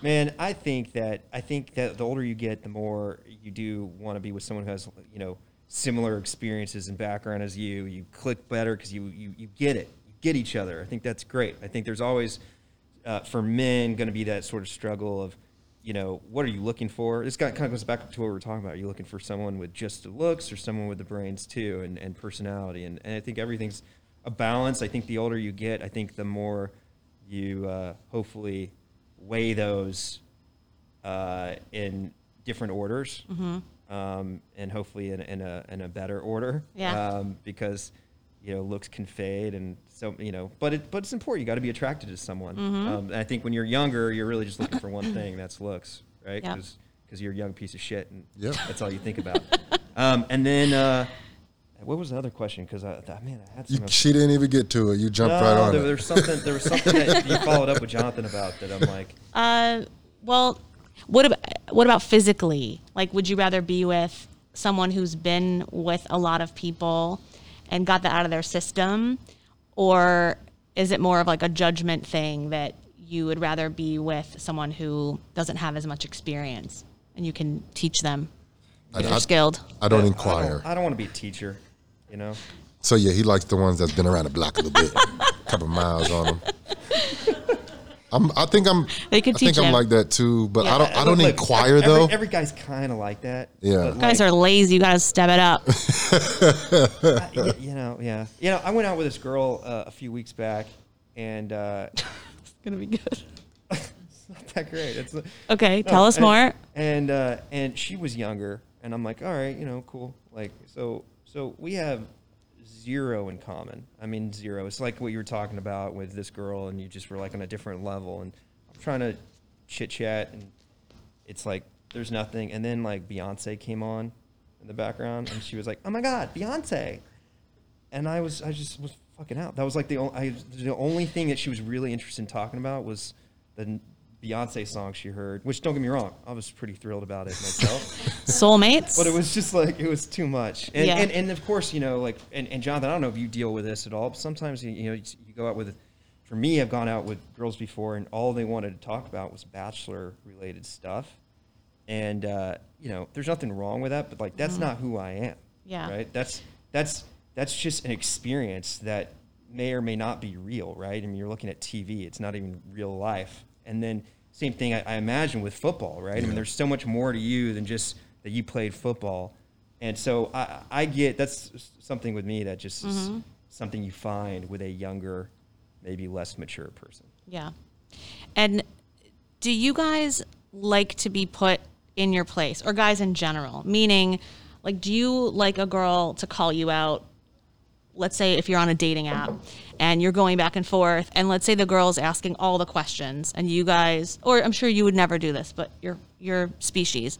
C: Man, I think that I think that the older you get, the more you do want to be with someone who has you know similar experiences and background as you. You click better because you, you you get it, you get each other. I think that's great. I think there's always uh, for men going to be that sort of struggle of you know what are you looking for. This kind of goes back to what we were talking about. Are you looking for someone with just the looks or someone with the brains too and and personality? And and I think everything's a balance. I think the older you get, I think the more you uh, hopefully weigh those uh, in different orders,
A: Mm-hmm.
C: um, and hopefully in, in a in a better order.
A: Yeah.
C: Um, because you know looks can fade, and so you know, but it but it's important. You got to be attracted to someone.
A: Mm-hmm.
C: Um, and I think when you're younger, you're really just looking for one thing. That's looks, right?
A: Yeah.
C: Because you're a young piece of shit, and
B: Yep.
C: that's all you think about. um, and then. Uh, What was the other question? Because I, I man, I had
B: You,
C: some. other-
B: she didn't even get to it. You jumped right
C: No,
B: on
C: there,
B: it.
C: There's something. There was something that you followed up with Jonathan about that. I'm like,
A: Uh, well, what about what about physically? Like, would you rather be with someone who's been with a lot of people and got that out of their system, or is it more of like a judgment thing that you would rather be with someone who doesn't have as much experience and you can teach them?
B: I-
A: They're
B: I-
A: skilled.
B: I don't
C: I
B: inquire.
C: don't, I don't want to be a teacher. You know,
B: So yeah, he likes the ones that's been around the block a little bit, a couple miles on them. I'm, I think I'm.
A: They could
B: I think
A: teach
B: I'm
A: him.
B: like that too, but I don't. I
C: Look,
B: don't
C: look,
B: inquire
C: every-
B: though.
C: Every guy's kind of like that.
B: Yeah.
C: but
A: Guys
C: like,
A: are lazy. You gotta step it up.
C: y- you know, yeah, you know. I went out with this girl uh, a few weeks back, and uh,
A: it's gonna be good.
C: it's not that great. It's
A: Okay,
C: No,
A: tell us
C: and-
A: more.
C: And uh, and she was younger, and I'm like, all right, you know, cool. Like so so we have zero in common. I mean zero. It's like what you were talking about with this girl, and you just were like on a different level. And I'm trying to chit chat, and it's like there's nothing. And then like Beyonce came on in the background, and she was like, oh my god, Beyonce. And I was I just was fucking out. That was like the only I, the only thing that she was really interested in talking about was the Beyonce song she heard. Which don't get me wrong, I was pretty thrilled about it myself.
A: Soulmates.
C: But it was just like it was too much. And,
A: Yeah.
C: and and of course, you know, like and, and Jonathan, I don't know if you deal with this at all. But sometimes you, you know you go out with. For me, I've gone out with girls before, and all they wanted to talk about was bachelor related stuff. And uh, you know, there's nothing wrong with that, but like that's not who I am.
A: Mm-hmm. Yeah.
C: Right. That's that's that's just an experience that may or may not be real, right? I mean, you're looking at TV; it's not even real life. And then same thing, I, I imagine with football, right? I mean, there's so much more to you than just that you played football. And so I, I get that's something with me that just is
A: Mm-hmm.
C: something you find with a younger, maybe less mature person.
A: Yeah. And do you guys like to be put in your place or guys in general? Meaning, like, do you like a girl to call you out? Let's say if you're on a dating app and you're going back and forth, and let's say the girl's asking all the questions, and you guys, or I'm sure you would never do this, but your your species,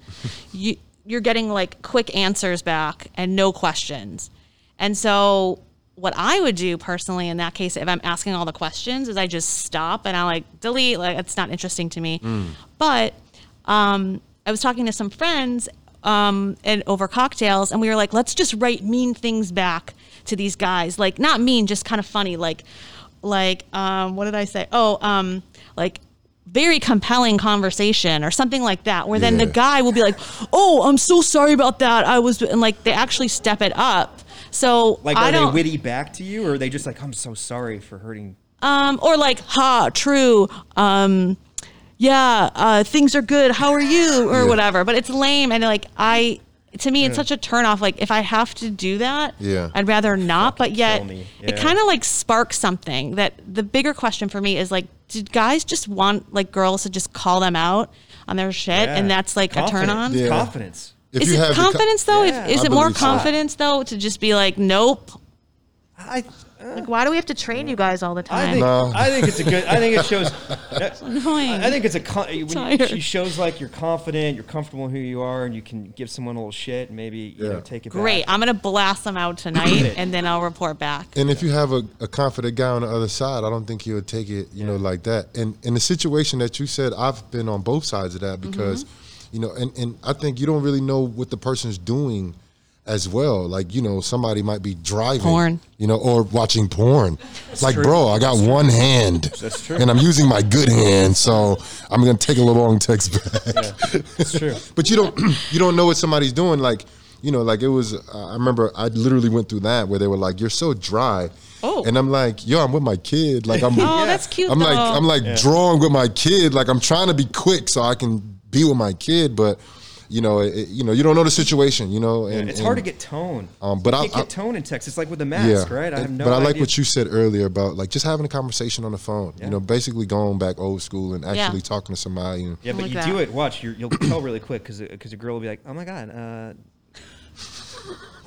A: you you're getting like quick answers back and no questions. And so, what I would do personally in that case, if I'm asking all the questions, is I just stop and I like delete. Like it's not interesting to me. But um, I was talking to some friends um, and over cocktails, and we were like, let's just write mean things back to these guys. Like not mean, just kind of funny. Like, like um, what did I say? Oh, um, like very compelling conversation or something like that where then the
B: Yeah.
A: guy will be like oh i'm so sorry about that i was and like they actually step it up so
C: Like,
A: I
C: are
A: don't,
C: they witty back to you, or are they just like, "I'm so sorry for hurting"?
A: um, or like, ha, true. Um, yeah, uh, things are good. How are you? Or whatever. But it's lame. And like, I, to me, it's such a turnoff. Like, if I have to do that,
B: Yeah.
A: I'd rather not. But yet,
C: kill me.
A: it
C: Yeah.
A: kind of like sparks something that the bigger question for me is like, did guys just want like girls to just call them out on their shit? And
C: Yeah.
A: that's like a turn
C: Confident-
A: on?
B: Yeah.
C: Confidence.
B: if
A: Is
B: you have
A: it
B: the co-
A: confidence though? If-
C: Yeah.
A: Is
B: I
A: it more
B: believe so.
A: confidence though to just be like, nope?
C: I.
A: Like, why do we have to train you guys all the
C: I
A: time?
C: think,
B: No.
C: I think it's a good. I think it shows.
A: annoying.
C: I think it's a. Con- when you,
A: Tired.
C: she shows like you're confident, you're comfortable in who you are, and you can give someone a little shit, and maybe you
B: Yeah.
C: know take it.
A: Great.
C: Back.
A: I'm going to blast them out tonight and then I'll report back.
B: And if you have a, a confident guy on the other side, I don't think he'll take it, you know, like that. And in the situation that you said, I've been on both sides of that because,
C: Mm-hmm.
B: you know, and, and I think you don't really know what the person's doing as well. Like, you know, somebody might be driving,
A: Porn.
B: you know, or watching porn. like,
C: true.
B: bro, I got one hand.
C: That's true.
B: And I'm using my good hand, so I'm gonna take a little long text back.
C: That's true.
B: But you don't you don't know what somebody's doing. Like you know, like it was. I remember I literally went through that where they were like, "You're so dry,"
A: Oh.
B: and I'm like, "Yo, I'm with my kid. Like I'm,
A: Oh, that's cute.
B: I'm
A: though.
B: like, I'm like drawing with my kid. Like I'm trying to be quick so I can be with my kid, but." You know, it, it- you know, you don't know the situation. You know, and
C: it's hard to
B: and-
C: get tone.
B: Um, but
C: you
B: I-
C: can't
B: I-
C: get tone in text. It's like with the mask, right? I have no.
B: but I
C: idea.
B: like what you said earlier about like just having a conversation on the phone. You know, basically going back old school and actually talking to somebody. And,
C: Yeah, but
A: like
C: you
A: that.
C: do it. Watch, you're, you'll tell really quick because because a girl will be like, "Oh my god." Uh,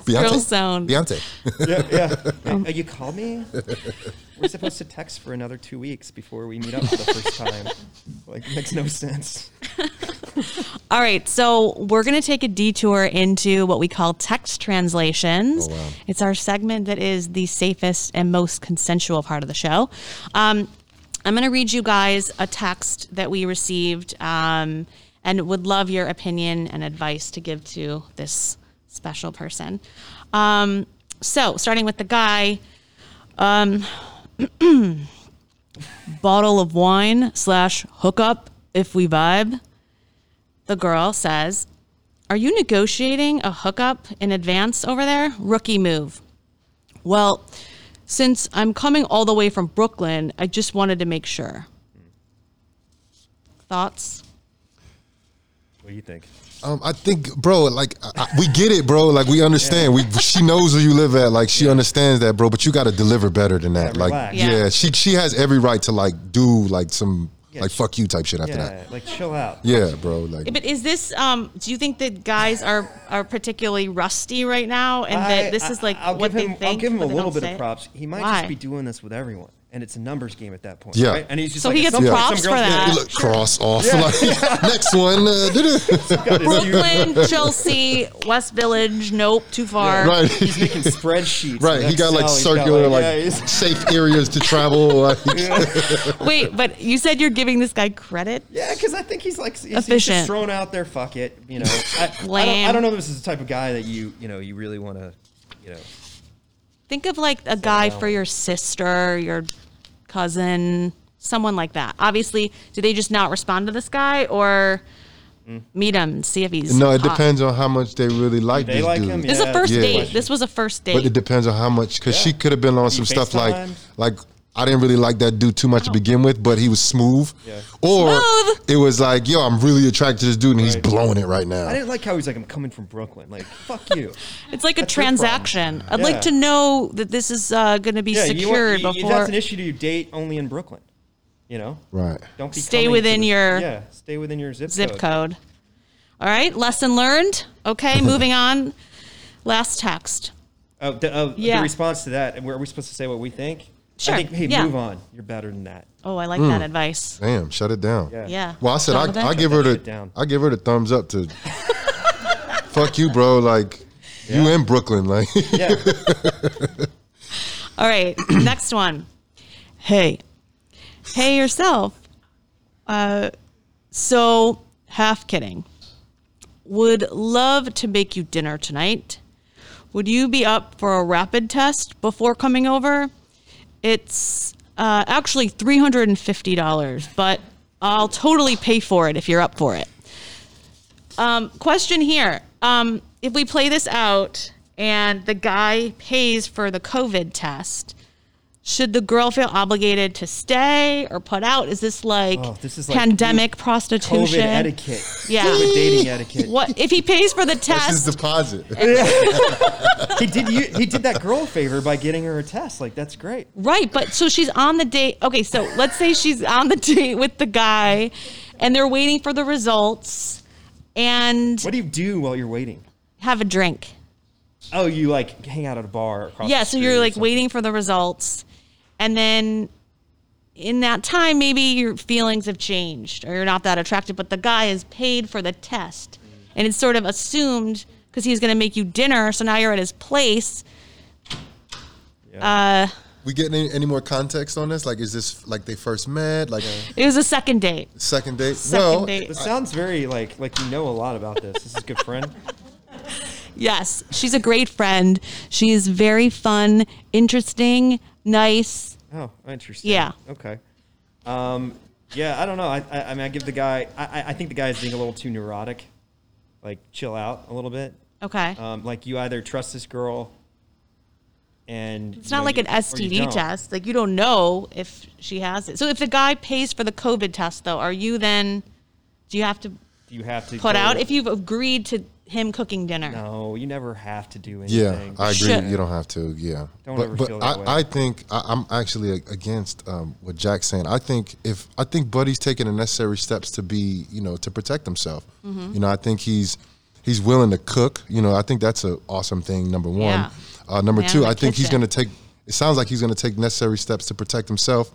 B: Beyonce,
A: Girl zone.
B: Beyonce.
C: yeah, yeah. Uh, you called me. We're supposed to text for another two weeks before we meet up for the first time. Like, makes no sense.
A: All right, so we're going to take a detour into what we call text translations.
B: Oh, wow.
A: It's our segment that is the safest and most consensual part of the show. Um, I'm going to read you guys a text that we received um, and would love your opinion and advice to give to this special person. Um, so, starting with the guy, um, bottle of wine slash hookup if we vibe. The girl says, Are you negotiating a hookup in advance over there? Rookie move. Well, since I'm coming all the way from Brooklyn, I just wanted to make sure. Thoughts?
C: What do you think?
B: Um, I think, bro, like I, I- we get it, bro. Like we understand. We she knows where you live at. Like she understands that, bro. But you got to deliver better than that.
C: Yeah,
B: like
C: relax.
A: Yeah.
B: yeah. she she has every right to like do like some
C: Yeah,
B: like
C: she-
B: fuck you type shit after
C: Yeah,
B: that.
C: like chill out.
B: Yeah, bro. Like
A: But is this? Um, do you think that guys are are particularly rusty right now, and
C: I-
A: that this
C: I-
A: is like
C: I'll
A: what
C: give him,
A: they think?
C: I'll give him
A: but
C: a
A: they
C: little
A: don't
C: bit
A: say
C: of
A: it?
C: props. He might
A: Why?
C: just be doing this with everyone, and it's a numbers game at that point.
B: Yeah.
C: right? and he's just
A: So
C: like,
A: he
C: at
A: gets
C: some point,
A: props
C: some girls
A: for that.
B: You look cross off. Like, next one. Uh, duh-duh.
C: got this huge-
A: Brooklyn, Chelsea, West Village. Nope, too far.
B: right.
C: He's making spreadsheets.
B: Right,
C: in
B: he got like
C: Excel. He's got,
B: circular, like,
C: yeah, he's-
B: safe areas to travel. Like,
A: Wait, but you said you're giving this guy credit.
C: Yeah, because I think he's like he's, he's
A: Efficient.
C: just thrown out there. Fuck it, you know. I, I, don't, I
A: Lame.
C: don't know. if This is the type of guy that you you know you really want to, you know.
A: Think of like a guy
C: no.
A: for your sister, your cousin, someone like that. Obviously, do they just not respond to this guy or
C: Mm.
A: meet him, see if he's
B: no, it
A: hot?
B: depends on how much they really like
C: They
B: this
C: like
B: dude.
C: him,
A: This is a
C: Yeah,
A: first
B: yeah.
A: date. This was a first date.
B: But it depends on how much, because she
C: Yeah.
B: could have been on some stuff like,
C: FaceTimes.
B: like I didn't really like that dude too much to begin with, but he was smooth.
C: Yeah.
B: Or
A: Smooth.
B: it was like, yo, I'm really attracted to this dude, and he's
C: Right.
B: blowing it right
C: I
B: now.
C: didn't like how he's like I'm coming from Brooklyn. Like fuck you.
A: It's like a
C: That's your problem.
A: transaction. I'd like
C: Yeah.
A: to know that this is uh, going to be
C: Yeah, you
A: secured
C: want, you-
A: before.
C: that's an issue to date only in Brooklyn. You know.
B: Right.
C: Don't be
A: Stay
C: coming to
A: within
C: the-
A: your
C: yeah. Stay within your zip,
A: zip code. All right, lesson learned. Okay, moving on. Last text.
C: Oh, the, oh, the
A: Yeah.
C: response to that. and Are we supposed to say what we think?
A: Sure,
C: I think, hey,
A: yeah.
C: move on. You're better than that.
A: Oh, I like that advice.
B: Damn, shut it down.
C: Yeah.
A: Yeah.
B: Hmm. Well, I said
A: Donovan?
B: I, I give her
C: Shut
B: the
C: down.
B: I give her the thumbs up to fuck you, bro. Like you in Brooklyn, like
C: Yeah.
A: All right, next one. Hey, hey yourself. Uh, so half kidding. Would love to make you dinner tonight. Would you be up for a rapid test before coming over? It's uh, actually three hundred and fifty dollars, but I'll totally pay for it if you're up for it. Um, question here. Um, if we play this out and the guy pays for the COVID test, should the girl feel obligated to stay or put out? Is this like,
C: Oh, this is like
A: pandemic
C: COVID
A: prostitution?
C: etiquette.
A: Yeah.
C: COVID dating etiquette.
A: What if he pays for the
B: that's his
A: test?
B: deposit.
C: he did you, he did that girl a favor by getting her a test. Like that's great.
A: right, but so she's on the date. Okay, so let's say she's on the date with the guy and they're waiting for the results and
C: What do you do while you're waiting?
A: have a drink.
C: Oh, you like hang out at a bar across.
A: yeah
C: the
A: so
C: street
A: you're
C: or
A: like
C: something.
A: waiting for the results and then in that time maybe your feelings have changed or you're not that attracted but the guy has paid for the test and it's sort of assumed because he's going to make you dinner so now you're at his place uh,
C: Yeah.
B: we getting any, any more context on this? Like, is this like they first met? Like
A: it was a second date
B: second date?
A: second
B: no,
A: date
C: This sounds very like like you know a lot about this. This is a good friend.
A: yes she's a great friend she is very fun interesting nice
C: Oh, interesting.
A: Yeah.
C: Okay. Um, yeah, I don't know. I, I, I mean, I give the guy. I, I- I think the guy is being a little too neurotic. Like, chill out a little bit.
A: okay
C: Um, like, you either trust this girl, and
A: It's not like an STD test. Like you don't know if she has it. So if the guy pays for the COVID test, though, are you then? Do you have to
C: You have to
A: put
C: go-
A: out if you've agreed to him cooking dinner?
C: No, you never have to do
B: Yeah,
C: anything.
B: I agree.
A: Shit.
B: You don't have to. Yeah,
C: Don't
B: but
C: ever
B: but
C: feel
B: I,
C: that way.
B: I think I, I'm actually a- against um, what Jack's saying. I think if I think Buddy's taking the necessary steps to be you know to protect himself.
A: Mm-hmm.
B: You know, I think he's he's willing to cook. You know, I think that's an awesome thing. Number one.
A: Yeah.
B: Uh, number
A: Man
B: two,
A: in the
B: I think he's
A: kitchen.
B: going to take. It sounds like he's going to take necessary steps to protect himself.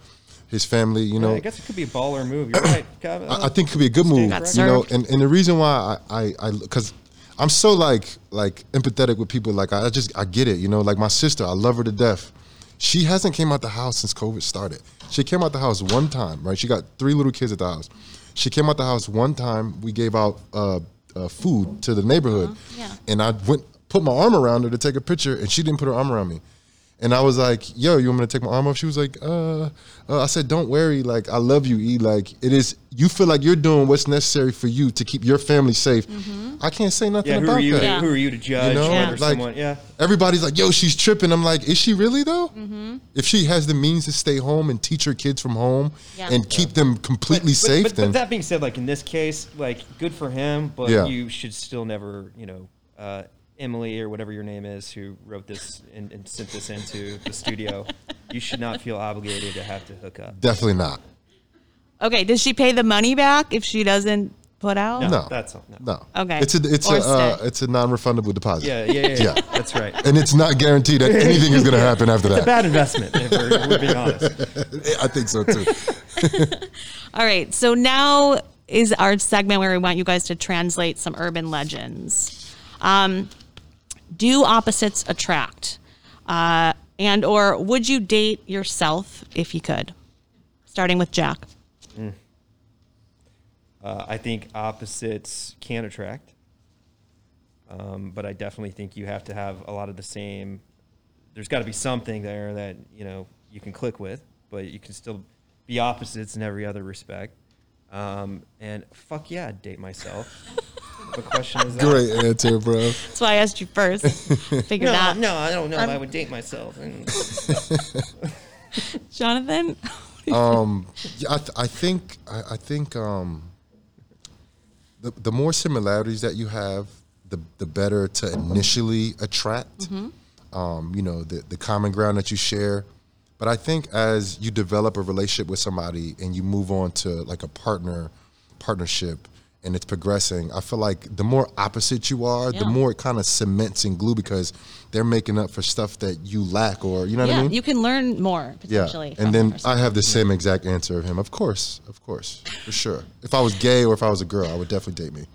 B: his family. You know,
C: I guess it could be a baller move. You're right. Kind of,
B: I, I think it could be a good move.
A: Got
B: You know,
A: served.
B: and, and the reason why I I because I, am so like like empathetic with people. Like I just I get it. You know, like my sister, I love her to death. She hasn't came out the house since COVID started. She came out the house one time, right? She got three little kids at the house. She came out the house one time. We gave out uh, uh, food to the neighborhood,
A: Uh-huh. Yeah.
B: and I went put my arm around her to take a picture, and she didn't put her arm around me. And I was like, "Yo, you want me to take my arm off?" She was like, "Uh," uh," I said, "Don't worry. Like, I love you, E. Like, it is. You feel like you're doing what's necessary for you to keep your family safe.
C: Mm-hmm.
B: I can't say nothing
C: yeah, who
B: about
C: are you?
B: that.
A: Yeah.
C: Who are you to judge?
B: You know,
C: whether
B: like
C: someone, yeah.
B: everybody's like, "Yo, she's tripping." I'm like, "Is she really though?
C: Mm-hmm.
B: If she has the means to stay home and teach her kids from home
A: Yeah.
B: and keep them completely
C: But-
B: safe,
C: But, but
B: then
C: that being said, like in this case, like good for him, but
B: Yeah.
C: you should still never, you know, uh, Emily or whatever your name is who wrote this and, and sent this into the studio. You should not feel obligated to have to hook up.
B: definitely not.
A: Okay, does she pay the money back if she doesn't put out?
C: No.
B: No,
C: That's all. No.
B: no.
A: Okay.
B: It's a it's
A: Or
B: a uh,
A: stay.
B: it's a non-refundable deposit.
C: Yeah, yeah, yeah, yeah.
B: Yeah.
C: That's right.
B: And it's not guaranteed that anything is going to happen after
C: It's a
B: that.
C: bad investment, if we're, if we're being honest.
B: I think so too.
A: All right, so now is our segment where we want you guys to translate some urban legends. Um, do opposites attract? Uh, and or would you date yourself if you could? Starting with Jack.
C: Uh, I think opposites can attract, um, but I definitely think you have to have a lot of the same. There's got to be something there that you know you can click with, but you can still be opposites in every other respect. Um, and fuck yeah, I'd date myself. the question is that?
B: Great answer, bro.
A: That's why I asked you first. Figure
C: No,
A: that.
C: no, I don't know. i would date myself. And
A: Jonathan?
B: Yeah, I, th- I think I, I think um, the the more similarities that you have, the the better to initially attract.
A: Mm-hmm.
B: Um, you know the the common ground that you share, but I think as you develop a relationship with somebody and you move on to like a partner partnership and it's progressing, I feel like the more opposite you are, the
A: Yeah.
B: more it kind of cements and glue because they're making up for stuff that you lack or you know what I
A: Yeah,
B: mean.
A: you can learn more potentially.
B: Yeah,
A: from
B: and then
A: the
B: I have the same exact answer of him. Of course, of course, for sure. If I was gay or if I was a girl, I would definitely date me.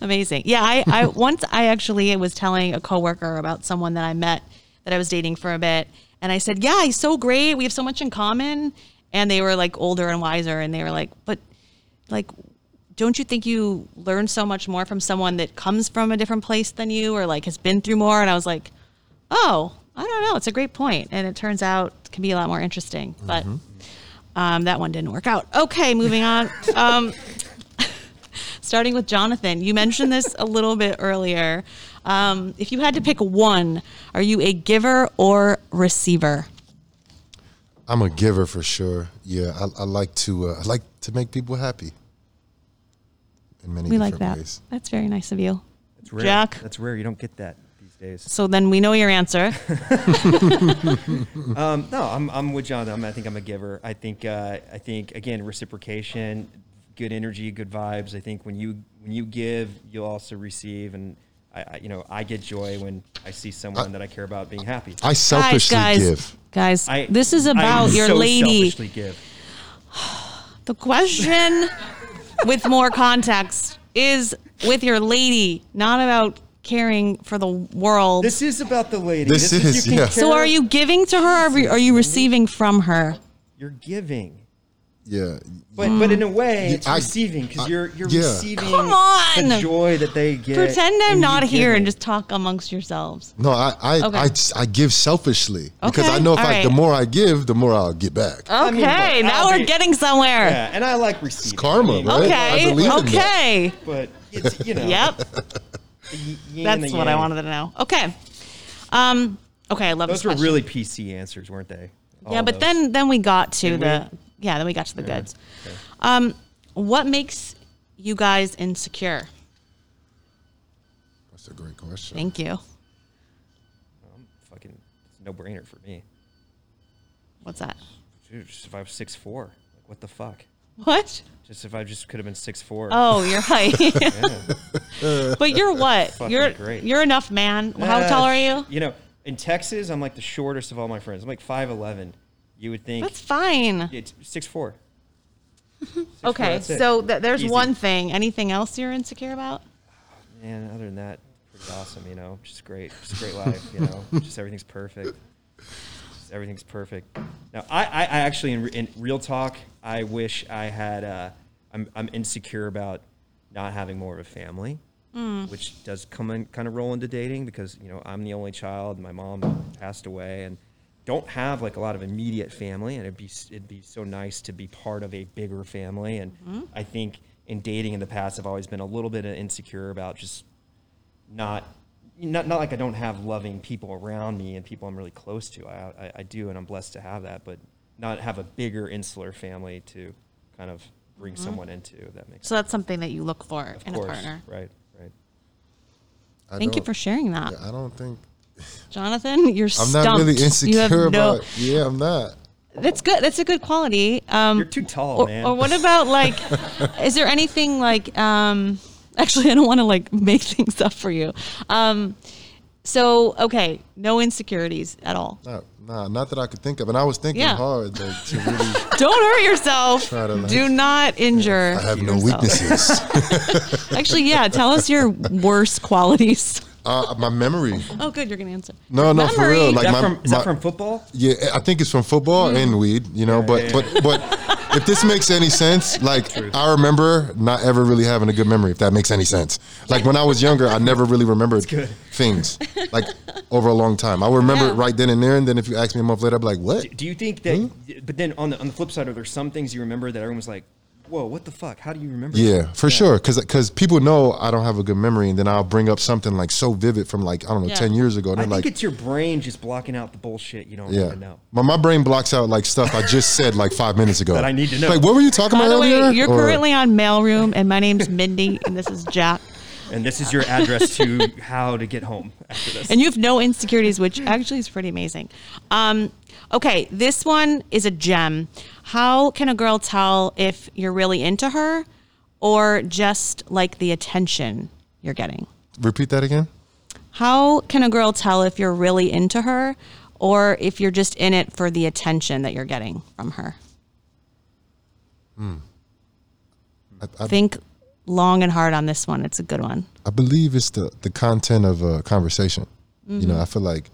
A: Amazing. Yeah, I, I once I actually was telling a coworker about someone that I met that I was dating for a bit, and I said, "Yeah, he's so great. We have so much in common." And they were like older and wiser, and they were like, "But, like, don't you think you learn so much more from someone that comes from a different place than you, or like has been through more?" And I was like, "Oh, I don't know. It's a great point, and it turns out it can be a lot more interesting." But um, that one didn't work out. Okay, moving on. Um, starting with Jonathan. You mentioned this a little bit earlier. Um, if you had to pick one, are you a giver or receiver?
B: I'm a giver for sure. Yeah, I, I like to uh, I like to make people happy in many
A: We like
B: different
A: that.
B: ways.
A: That's very nice of you.
C: That's rare.
A: Jack.
C: That's rare. You don't get that these days.
A: So then we know your answer.
C: Um, no, I'm, I'm with John. I'm, I think I'm a giver. I think uh, I think again reciprocation, good energy, good vibes. I think when you when you give, you'll also receive, and I, I you know I get joy when I see someone that I care about being happy.
B: I
A: guys,
B: selfishly
A: guys,
B: give.
A: guys,
C: I,
A: this is
C: I
A: about your
C: so
A: lady.
C: Selfishly give.
A: The question with more context is with your lady, not about caring for the world.
C: This is about the lady.
B: This is,
C: you can
B: yeah.
C: care-
A: so are you giving to her or are you receiving from her?
C: You're giving,
B: Yeah,
C: but but in a way,
B: You-
C: it's
B: Mm. I-
C: receiving because
B: I-
C: you're you're
B: yeah.
C: receiving
A: Come on!
C: the joy that they get.
A: Pretend I'm
C: and you
A: not here
C: giving.
A: and just talk amongst yourselves.
B: no, I I,
A: Okay.
B: I I give selfishly because
A: Okay,
B: I know if
A: all
B: I,
A: right. Uh,
B: the more I give, the more I'll get back.
A: Okay,
C: mean, look,
A: now
C: I'll
A: we're
C: be-
A: getting somewhere.
C: yeah, and I like receiving.
B: karma,
C: I mean,
B: right? I
A: Okay.
B: believe in that.
A: Okay.
C: But it's you know.
A: Yep.
C: the y- yin and
A: That's
C: the
A: what I
C: yang.
A: wanted to know. Okay. Um. Okay. I love
C: Those
A: this
C: were
A: question.
C: really PC answers, weren't they?
A: Yeah,
B: Oh,
C: All
A: but
C: those.
A: then then we got to
C: Did
A: the yeah then we got to the goods.
C: Okay.
A: Um. What makes you guys insecure?
B: That's a great question.
A: Thank you.
C: I'm Um, fucking it's no brainer for me.
A: What's that?
C: Dude, just if I was six four, like what the fuck?
A: What?
C: Just if I just could have been six four.
A: Oh, you're height. but you're what?
C: Fucking
A: you're
C: great.
A: you're enough man. How tall are you?
C: You know, in Texas, I'm like the shortest of all my friends. I'm like five eleven, You would think
A: That's fine.
C: it's six four.
A: Okay,
C: that's it.
A: so th- there's
C: Easy.
A: one thing. Anything else you're insecure about?
C: And other than that, pretty awesome. You know, just great, just great life. You know, just everything's perfect. Just everything's perfect. Now, I, I, I actually, in, re- in real talk, I wish I had. Uh, I'm, I'm insecure about not having more of a family,
A: Mm.
C: which does come in kind of roll into dating because you know I'm the only child. My mom passed away, and don't have like a lot of immediate family. And it'd be s- it'd be so nice to be part of a bigger family. And
A: Mm-hmm.
C: I think in dating in the past, I've always been a little bit insecure about just not not not like I don't have loving people around me and people I'm really close to. I, I I do, and I'm blessed to have that, but not have a bigger insular family to kind of bring someone into. If that makes
A: Mm-hmm. So that's something that you look for
C: sense.
A: in
C: Of
A: a
C: course,
A: partner.
C: right, right.
B: I
A: Thank you
B: don't-
A: for sharing that,
B: I don't think
A: Jonathan. You're
B: I'm
A: stumped.
B: not really
A: You have
B: insecure
A: no-
B: about. Yeah, I'm not.
A: That's good. That's a good quality. Um,
C: You're too tall,
A: or,
C: man.
A: or what about like? is there anything like? Um, actually, I don't want to like make things up for you. Um, so okay, no insecurities at all.
B: Not, nah, not that I could think of. And I was thinking
A: Yeah.
B: hard like, to really.
A: Don't hurt yourself.
B: Try to, like-
A: Do not injure.
B: I have no
A: yourself.
B: weaknesses.
A: Actually, yeah. Tell us your worst qualities.
B: uh, my memory.
A: Oh, good. You're gonna answer.
B: No, no, for
A: Memory.
B: real.
C: Is
B: Like
C: that
B: my,
C: from is
B: my-
C: that from football?
B: yeah, I think it's from football and weed. You know, but
C: yeah,
B: but but if this makes any sense, like I remember not ever really having a good memory. If that makes any sense, like when I was younger, I never really remembered things like over a long time. I would remember
A: Yeah.
B: it right then and there, and then if you ask me a month later, I'd be like, "What?"
C: Do you think that?
B: Hmm?
C: But then on the on the flip side, are there some things you remember that everyone was like, "Whoa, what the fuck? How do you remember?"
B: Yeah, for sure. Because people know I don't have a good memory, and then I'll bring up something like so vivid from like I don't know
A: Yeah.
B: ten years ago, and
C: I
B: they're
C: think
B: like,
C: it's your brain just blocking out the bullshit you don't
B: Yeah.
C: want to know.
B: My, my brain blocks out like stuff I just said like five minutes ago.
C: That I need to know.
B: Like, what were you talking
A: By
B: about
A: the
B: earlier?
A: way, you're
B: Or-
A: currently on mailroom, and my name's Mindy, and this is Jack.
C: And this is your address to how to get home after this.
A: and you have no insecurities, which actually is pretty amazing. Um, okay, this one is a gem. How can a girl tell if you're really into her or just like the attention you're getting?
B: repeat that again.
A: How can a girl tell if you're really into her or if you're just in it for the attention that you're getting from her?
B: I, I,
A: Think long and hard on this one. It's a good one.
B: I believe it's the the content of a conversation. You
C: Mm-hmm.
B: know, I feel like,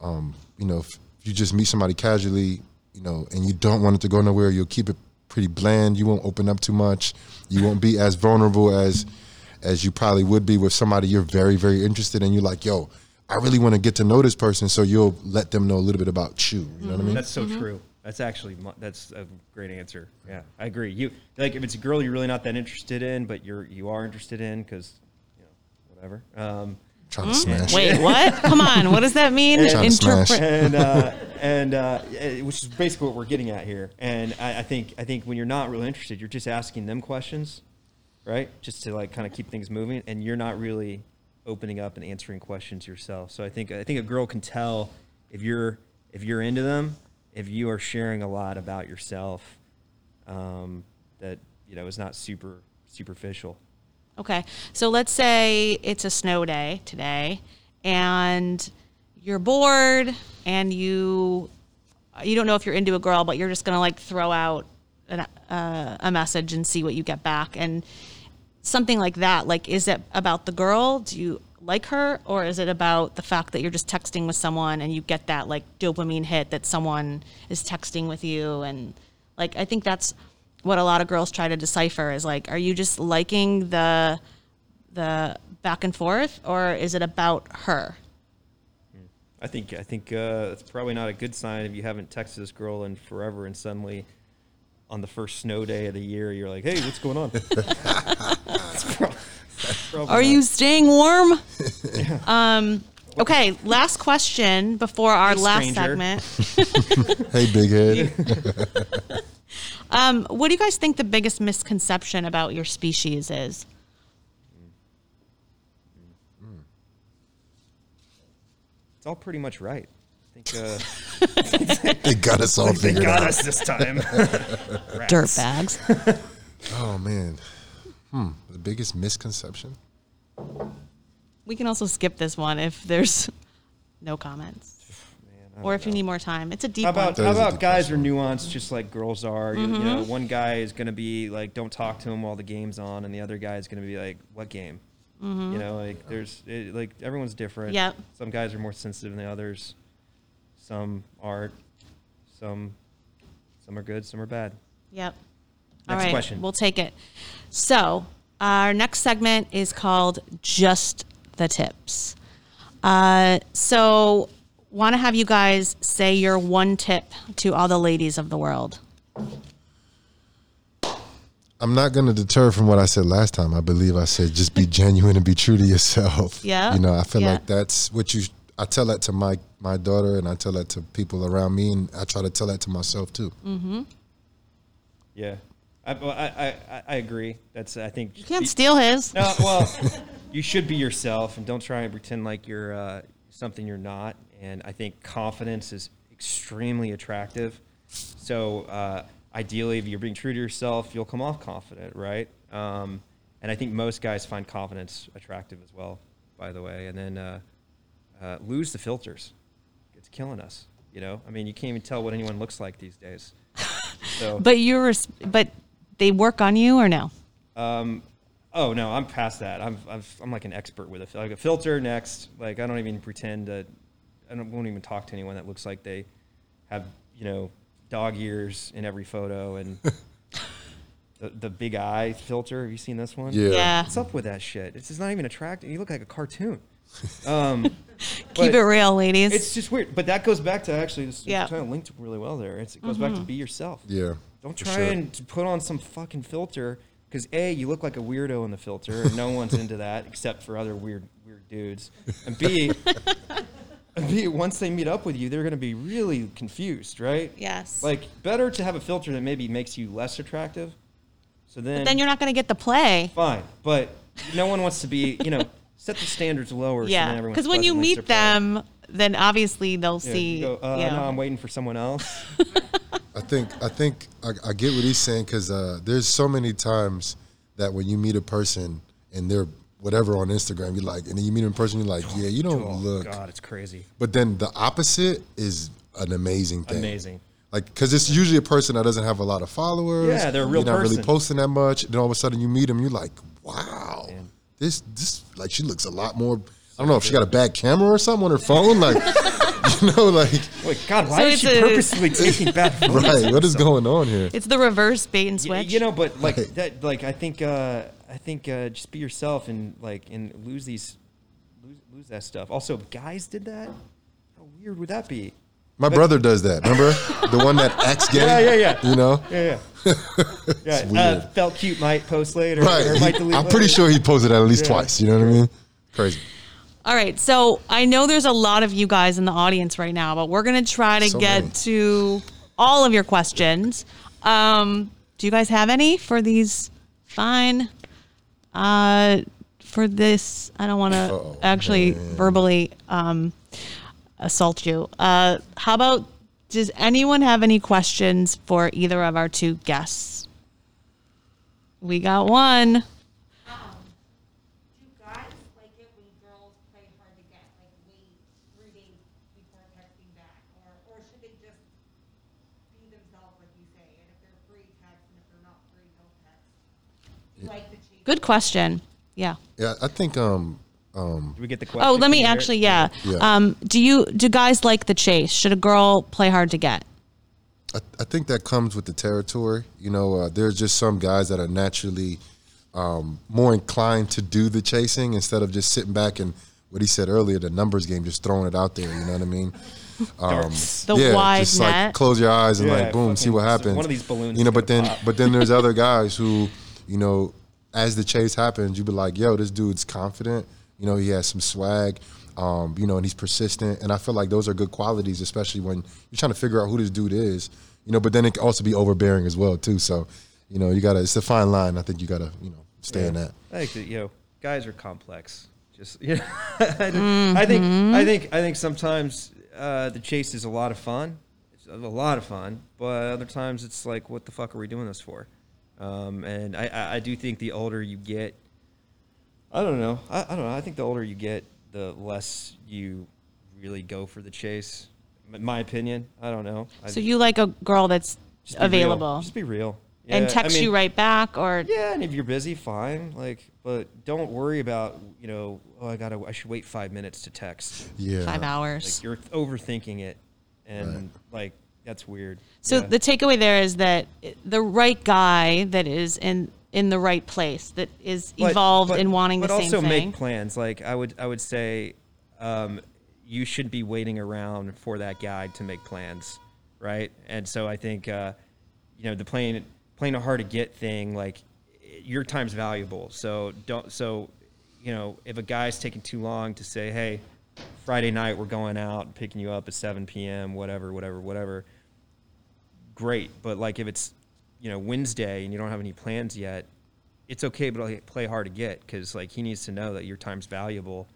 B: um, you know, if you just meet somebody casually, you know, and you don't want it to go nowhere, you'll keep it pretty bland. You won't open up too much. You won't be as vulnerable as as you probably would be with somebody you're very very interested in. You're like, yo. I really want to get to know this person, so you'll let them know a little bit about you. You know what I mean?
C: That's so true. That's actually mu- that's a great answer. Yeah, I agree. You like if it's a girl you're really not that interested in, but you're you are interested in because you know whatever. Um,
B: Trying to smash.
A: Wait, what? Come on. What does that mean?
B: Trying to smash.
C: and uh, and uh, eh, which is basically what we're getting at here. And I, I think I think when you're not really interested, you're just asking them questions, right? Just to like kind of keep things moving, and you're not really opening up and answering questions yourself. So I think I think a girl can tell if you're if you're into them, if you are sharing a lot about yourself, um, that you know is not super superficial.
A: Okay. So let's say it's a snow day today and you're bored and you you don't know if you're into a girl, but you're just going to like throw out an, uh, a message and see what you get back and something like that. Like is it about the girl? Do you like her or is it about the fact that you're just texting with someone and you get that like dopamine hit that someone is texting with you and like I think that's what a lot of girls try to decipher is like are you just liking the the back and forth or is it about her
C: I think I think uh, it's probably not a good sign if you haven't texted this girl in forever, and suddenly, on the first snow day of the year, you're like, "Hey, what's going on?" It's prob- probably
A: are
C: not-
A: you staying warm um okay last question before our
C: Hey,
A: last
C: stranger.
A: segment
B: Hey, big head.
A: um what do you guys think the biggest misconception about your species is
C: It's all pretty much right. I think uh,
B: They got us all
C: they
B: figured
C: got
B: out.
C: us this time. Rats.
A: dirtbags
B: Oh man, hmm. The biggest misconception.
A: we can also skip this one if there's no comments
C: Man,
A: or if you need more time. It's a deep
C: How about
A: one.
B: That
C: how
B: is a
C: about
B: deep
C: guys are nuanced just like girls are? You, you
A: Mm-hmm.
C: know, one guy is gonna be like, "Don't talk to him while the game's on," and the other guy is gonna be like, "What game?" You know, like there's it, like everyone's different.
A: Mm-hmm. Yep.
C: Some guys are more sensitive than others. Some aren't. Some some are good. Some are bad.
A: Yep.
C: Next question.
A: We'll take it. So, our next segment is called Just the Tips. Uh, so, want to have you guys say your one tip to all the ladies of the world.
B: I'm not going to deter from what I said last time. I believe I said just be genuine and be true to yourself.
A: Yeah.
B: You know, I feel
A: Yeah.
B: like that's what you. I tell that to my my daughter, and I tell that to people around me, and I try to tell that to myself too.
A: Mm.
C: Yeah. I, well, I, I, I- I agree. That's I think
A: You can't steal his.
C: No, well, you should be yourself and don't try and pretend like you're uh, something you're not. And I think confidence is extremely attractive. So uh, ideally, if you're being true to yourself, you'll come off confident, right? Um, and I think most guys find confidence attractive as well, by the way. And then uh, uh, lose the filters. It's killing us. You know, I mean, you can't even tell what anyone looks like these days. So,
A: But you're, res- but they work on you or no?
C: Oh no, I'm past that. I'm I've, I'm like an expert with a, fil- like a filter. Next, like I don't even pretend to. I don't, won't even talk to anyone that looks like they have you know dog ears in every photo and the, the big eye filter. Have you seen this one?
B: Yeah.
C: What's up with that shit? It's just not even attractive. You look like a cartoon. Um,
A: Keep
C: but-
A: it real, ladies.
C: it's just weird, but that goes back to actually this
A: Yeah.
C: yeah. kind of linked really well there. It's, it goes back to be yourself.
B: Yeah,
C: Don't
B: for
C: try
B: sure.
C: and t- put on some fucking filter because a you look like a weirdo in the filter, and no one's into that except for other weird weird dudes. And b and b once they meet up with you, they're gonna be really confused, right?
A: yes.
C: Like better to have a filter that maybe makes you less attractive. So then,
A: then you're not going to get the play.
C: fine, but no one wants to be you know set the standards lower. so
A: Yeah.
C: then everyone's
A: Because when you
C: pleasantly
A: meet
C: surprised.
A: them, then obviously they'll
C: Yeah,
A: see.
C: you go, uh,
A: you know.
C: no, I'm waiting for someone else.
B: I think I think I, I get what he's saying because uh, there's so many times that when you meet a person and they're whatever on Instagram, you're like, and then you meet them in person, you're like, yeah, you don't
C: Oh,
B: look.
C: God, it's crazy.
B: But then the opposite is an amazing thing.
C: Amazing.
B: Like, because it's usually a person that doesn't have a lot of followers.
C: Yeah, they're a real
B: You're not really
C: person.
B: posting that much. Then all of a sudden you meet them, you're like, wow, this, this, like, she looks a lot more. I don't know if she got a bad camera or something on her phone. Like, you know, like,
C: Wait, God, why
A: So
C: is she
A: it's a-
C: purposely taking bad photos?
B: right, what is going on here?
A: It's the reverse bait and
C: Y-
A: switch.
C: You know, but like
B: Right.
C: that, like I think, uh, I think uh, just be yourself and like and lose these, lose, lose that stuff. Also, if guys did that. How weird would that be?
B: My brother does that. Remember the one that acts gay?
C: Yeah, yeah, yeah.
B: You know,
C: Yeah, yeah. yeah uh,
B: weird.
C: felt cute. Might post later.
B: right?
C: Or might delete
B: I'm pretty
C: later.
B: sure he posted that at least
C: Yeah.
B: twice. You know what I mean? Crazy.
A: All right, so I know there's a lot of you guys in the audience right now, but we're gonna try to
B: So
A: get
B: many.
A: to all of your questions. Um, do you guys have any for these? Fine. Uh, for this, I don't want to
B: Uh-oh.
A: actually
B: Man.
A: verbally um, assault you. Uh, how about? Does anyone have any questions for either of our two guests? We got one.
D: Do guys like it when girls play hard to get, like wait three days before texting back, or or should they just be themselves, like you say, and if they're free, text, and if they're not free, no text. Do you like the chase?
A: Good question. Yeah.
B: Yeah, I think um,
C: Did we get the question?
A: Oh, let
C: Can
A: me
C: you hear it?
A: actually, yeah.
B: Yeah.
A: Um, do you do guys like the chase? Should a girl play hard to get?
B: I, I think that comes with the territory. You know, uh, there's just some guys that are naturally um, more inclined to do the chasing instead of just sitting back and what he said earlier, the numbers game, just throwing it out there. You know what I mean? Um,
C: Darts.
A: The
B: yeah,
A: wide
B: just
A: net.
B: like close your eyes and
C: Yeah,
B: like boom, see
C: fucking-
B: what
C: just
B: happens.
C: one of these balloons
B: You know,
C: is
B: but
C: gonna
B: then
C: pop.
B: but then there's other guys who, you know, as the chase happens, you be like, yo, this dude's confident. You know, he has some swag. Um, you know, and he's persistent. And I feel like those are good qualities, especially when you're trying to figure out who this dude is. You know, but then it can also be overbearing as well too. So, you know, you gotta it's a fine line. I think you gotta, you know, stay in that.
C: I think that you know, guys are complex. Just you know, I think
A: Mm-hmm.
C: I think I think sometimes uh, the chase is a lot of fun. It's a lot of fun, but other times it's like, what the fuck are we doing this for? Um, and I, I, I do think the older you get, I don't know. I, I don't know. I think the older you get, the less you really go for the chase. m- my opinion. I don't know. I-
A: So you like a girl that's
C: just be real.
A: available
C: Just be real.
A: and
C: Yeah, I
A: text you
C: mean-
A: right back, or
C: Yeah, and if you're busy, fine. Like, but don't worry about you know. Oh, I gotta. I should wait five minutes to text.
B: Yeah.
A: five hours.
C: Like you're overthinking it, and like that's weird.
A: So
C: Yeah.
A: the takeaway there is that the right guy that is in in the right place that is
C: But-
A: evolved
C: but-
A: in wanting the
C: but
A: same
C: also
A: thing.
C: make plans. Like I would, I would say, um, you should be waiting around for that guy to make plans, right? And so I think, uh, you know, the playing playing a hard to get thing, like i- your time's valuable. So don't. So, you know, if a guy's taking too long to say, hey, Friday night we're going out, picking you up at 7 p.m., whatever, whatever, whatever great. But like if it's you know Wednesday and you don't have any plans yet, it's okay. But like, play hard to get because like he needs to know that your time's valuable,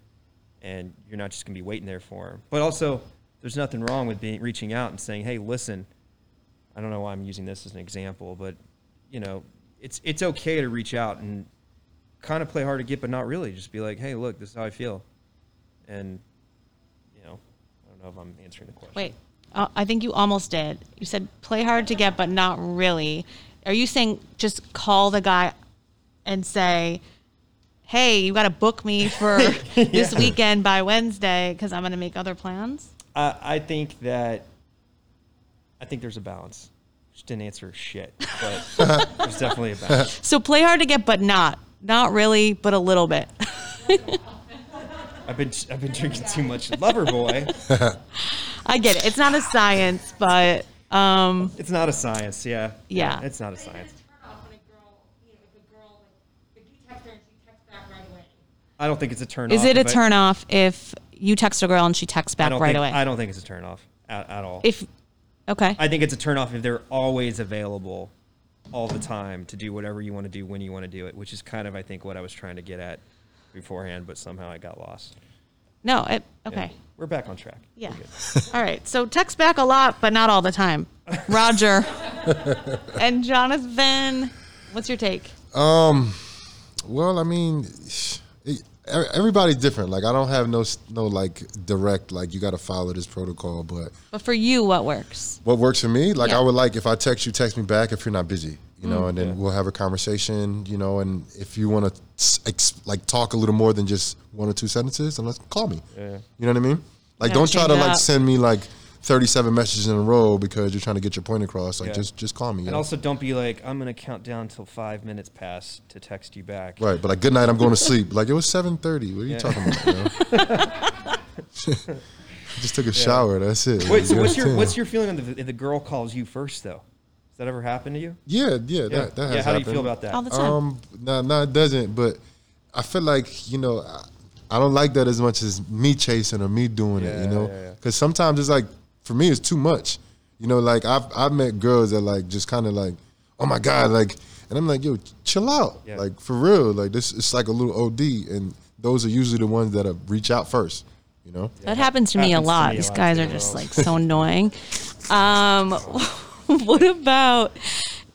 C: and you're not just gonna be waiting there for him. But also, there's nothing wrong with being reaching out and saying, hey, listen. I don't know why I'm using this as an example, but you know, it's it's okay to reach out and kind of play hard to get, but not really. Just be like, hey, look, this is how I feel, and you know, I don't know if I'm answering the question.
A: Wait, uh, I think you almost did. You said play hard to get, but not really. Are you saying just call the guy and say, "Hey, you got to book me for this weekend by Wednesday because I'm going to make other plans."
C: I, I think that I think there's a balance. Just didn't answer shit, but there's definitely a balance.
A: So play hard to get, but not not really, but a little bit.
C: I've been I've been drinking too much lover boy.
A: I get it. It's not a science, but um,
C: It's not a science, yeah.
A: Yeah.
C: It's not a
D: But it
C: science.
D: is a turn off when a girl, you know, if a girl, like, if you text her and she texts back right away.
C: I don't think it's a turn
A: is
C: off.
A: it a
C: but
A: turn off if you text a girl and she texts
C: I
A: back
C: don't
A: right
C: think,
A: away?
C: I don't think it's a turn off at, at all.
A: if okay,
C: I think it's a turn off if they're always available all the time to do whatever you want to do when you want to do it, which is kind of I think what I was trying to get at beforehand, but somehow I got lost.
A: no, it,
C: Yeah.
A: okay.
C: We're back on track.
A: Yeah.
C: We're good.
A: All right. So text back a lot, but not all the time. Roger. and Jonathan, what's your take?
B: Well, I mean, it, e- everybody's different. Like I don't have no s- no like direct like you got to follow this protocol, but
A: But for you, what works?
B: what works for me like
A: Yeah.
B: i would like if i text you text me back if you're not busy you
C: Mm,
B: know and then we'll have a conversation you know and if you want to ex- like talk a little more than just one or two sentences then let's call me you know what i mean like
A: Gotta
B: don't try to
A: change it
B: like
A: up.
B: send me like 37 messages in a row because you're trying to get your point across like
C: Yeah.
B: just just call me
C: And
B: yo.
C: also, don't be like, I'm gonna count down till five minutes pass to text you back.
B: right but like good night i'm going to sleep like it was 7.30 what are you
C: Yeah.
B: talking about you know? I just took a shower that's it
C: Wait, so what's your
B: Yeah.
C: what's your feeling on the if the girl calls you first though? Has that ever happened to you?
B: yeah yeah that, that has
C: yeah. How
B: happened.
C: do you feel about that?
A: All the time.
B: Um, no, no, it doesn't. But I feel like you know, I, I don't like that as much as me chasing or me doing it. You
C: Yeah,
B: know,
C: yeah, yeah.
B: because sometimes it's like for me, it's too much. You know, like I've I've met girls that like just kind of like, oh my god, like, and I'm like, yo, chill out,
C: Yeah.
B: like for real, like this. It's like a little OD, and those are usually the ones that uh, reach out first. You know,
A: that happens to me a
C: Happens to
A: lot.
C: me a
A: These
C: lot,
A: guys
C: too.
A: are just like so annoying. Um, what about.
C: But-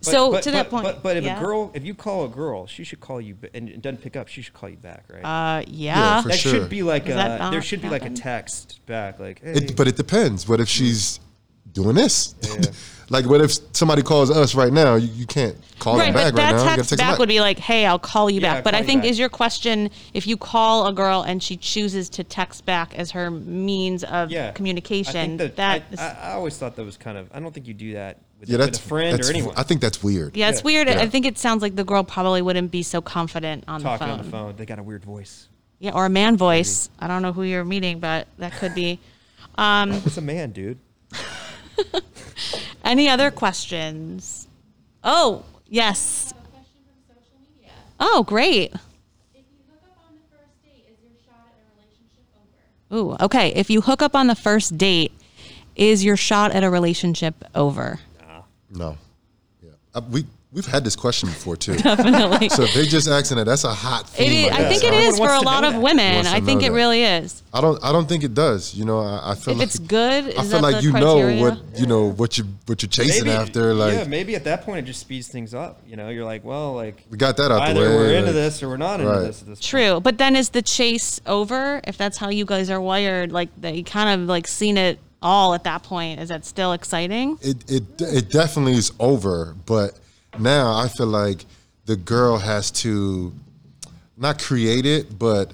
A: so
C: but-
A: to
C: but-
A: that point.
C: But, but if
A: yeah?
C: a girl, if you call a girl, she should call you ba- and it doesn't pick up, she should call you back, right?
A: Uh,
B: Yeah,
A: yeah.
B: for
C: that
B: sure.
C: should be like
A: Does that
C: a, there
A: not
C: should be like
A: happen?
C: a text back, like hey,
B: It, but it depends. What if she's doing this? like, what if somebody calls us right now? You, you can't call
A: Right,
B: them back
A: but that
B: right now. You gotta
A: text
B: text them
A: back would be like, "Hey, I'll call you
C: Yeah,
A: back." But
C: call
A: I
C: you
A: think
C: back.
A: is your question if you call a girl and she chooses to text back as her means of
C: yeah, I think
A: communication,
C: that-
A: that
C: I,
A: is-
C: I, I always thought that was kind of. I don't think you do that with,
B: Yeah,
C: with
B: that's
C: a friend
B: that's-
C: or anyone.
B: I think that's weird.
A: yeah, it's
C: Yeah.
A: weird. I
B: Yeah.
A: think it sounds like the girl probably wouldn't be so confident on the
C: talking
A: phone.
C: on the phone, they got a weird voice.
A: Yeah, or a man voice. I don't know who you're meeting, but that could be.
C: It's a man, dude.
A: Any other questions? Oh, yes.
E: have a question from social media.
A: Oh, great.
E: If you hook up on the first date, is your shot at a relationship over?
A: Ooh, okay. If you hook up on the first date, is your shot at a relationship over?
B: No. Yeah. Uh, we we've had this question before too. So if they just asking that, that's a hot
A: It
B: theme.
A: is,
B: I
A: I
B: guess,
A: think it
B: huh?
A: is for
C: wants
A: a
C: to
A: lot
C: know
A: of
C: that.
A: women.
B: Wants to
A: I think
B: know
A: it
B: that.
A: really is.
B: I don't I don't think it does. You know, I, I feel
A: If
B: like
A: it's good, is
B: I feel
A: that
B: like
A: the
B: you
A: criteria?
B: know what you know what you what you're chasing after. Like
C: yeah, maybe at that point it just speeds things up. You know, you're like, well, like
B: we got that out the
C: either
B: way.
C: we're into
B: like-
C: this or we're not into
B: Right.
C: this. At this
A: True, but then is the chase over? If that's how you guys are wired, like they kind of like seen it all at that point. Is that still exciting?
B: it it it definitely is over. But now I feel like the girl has to not create it, but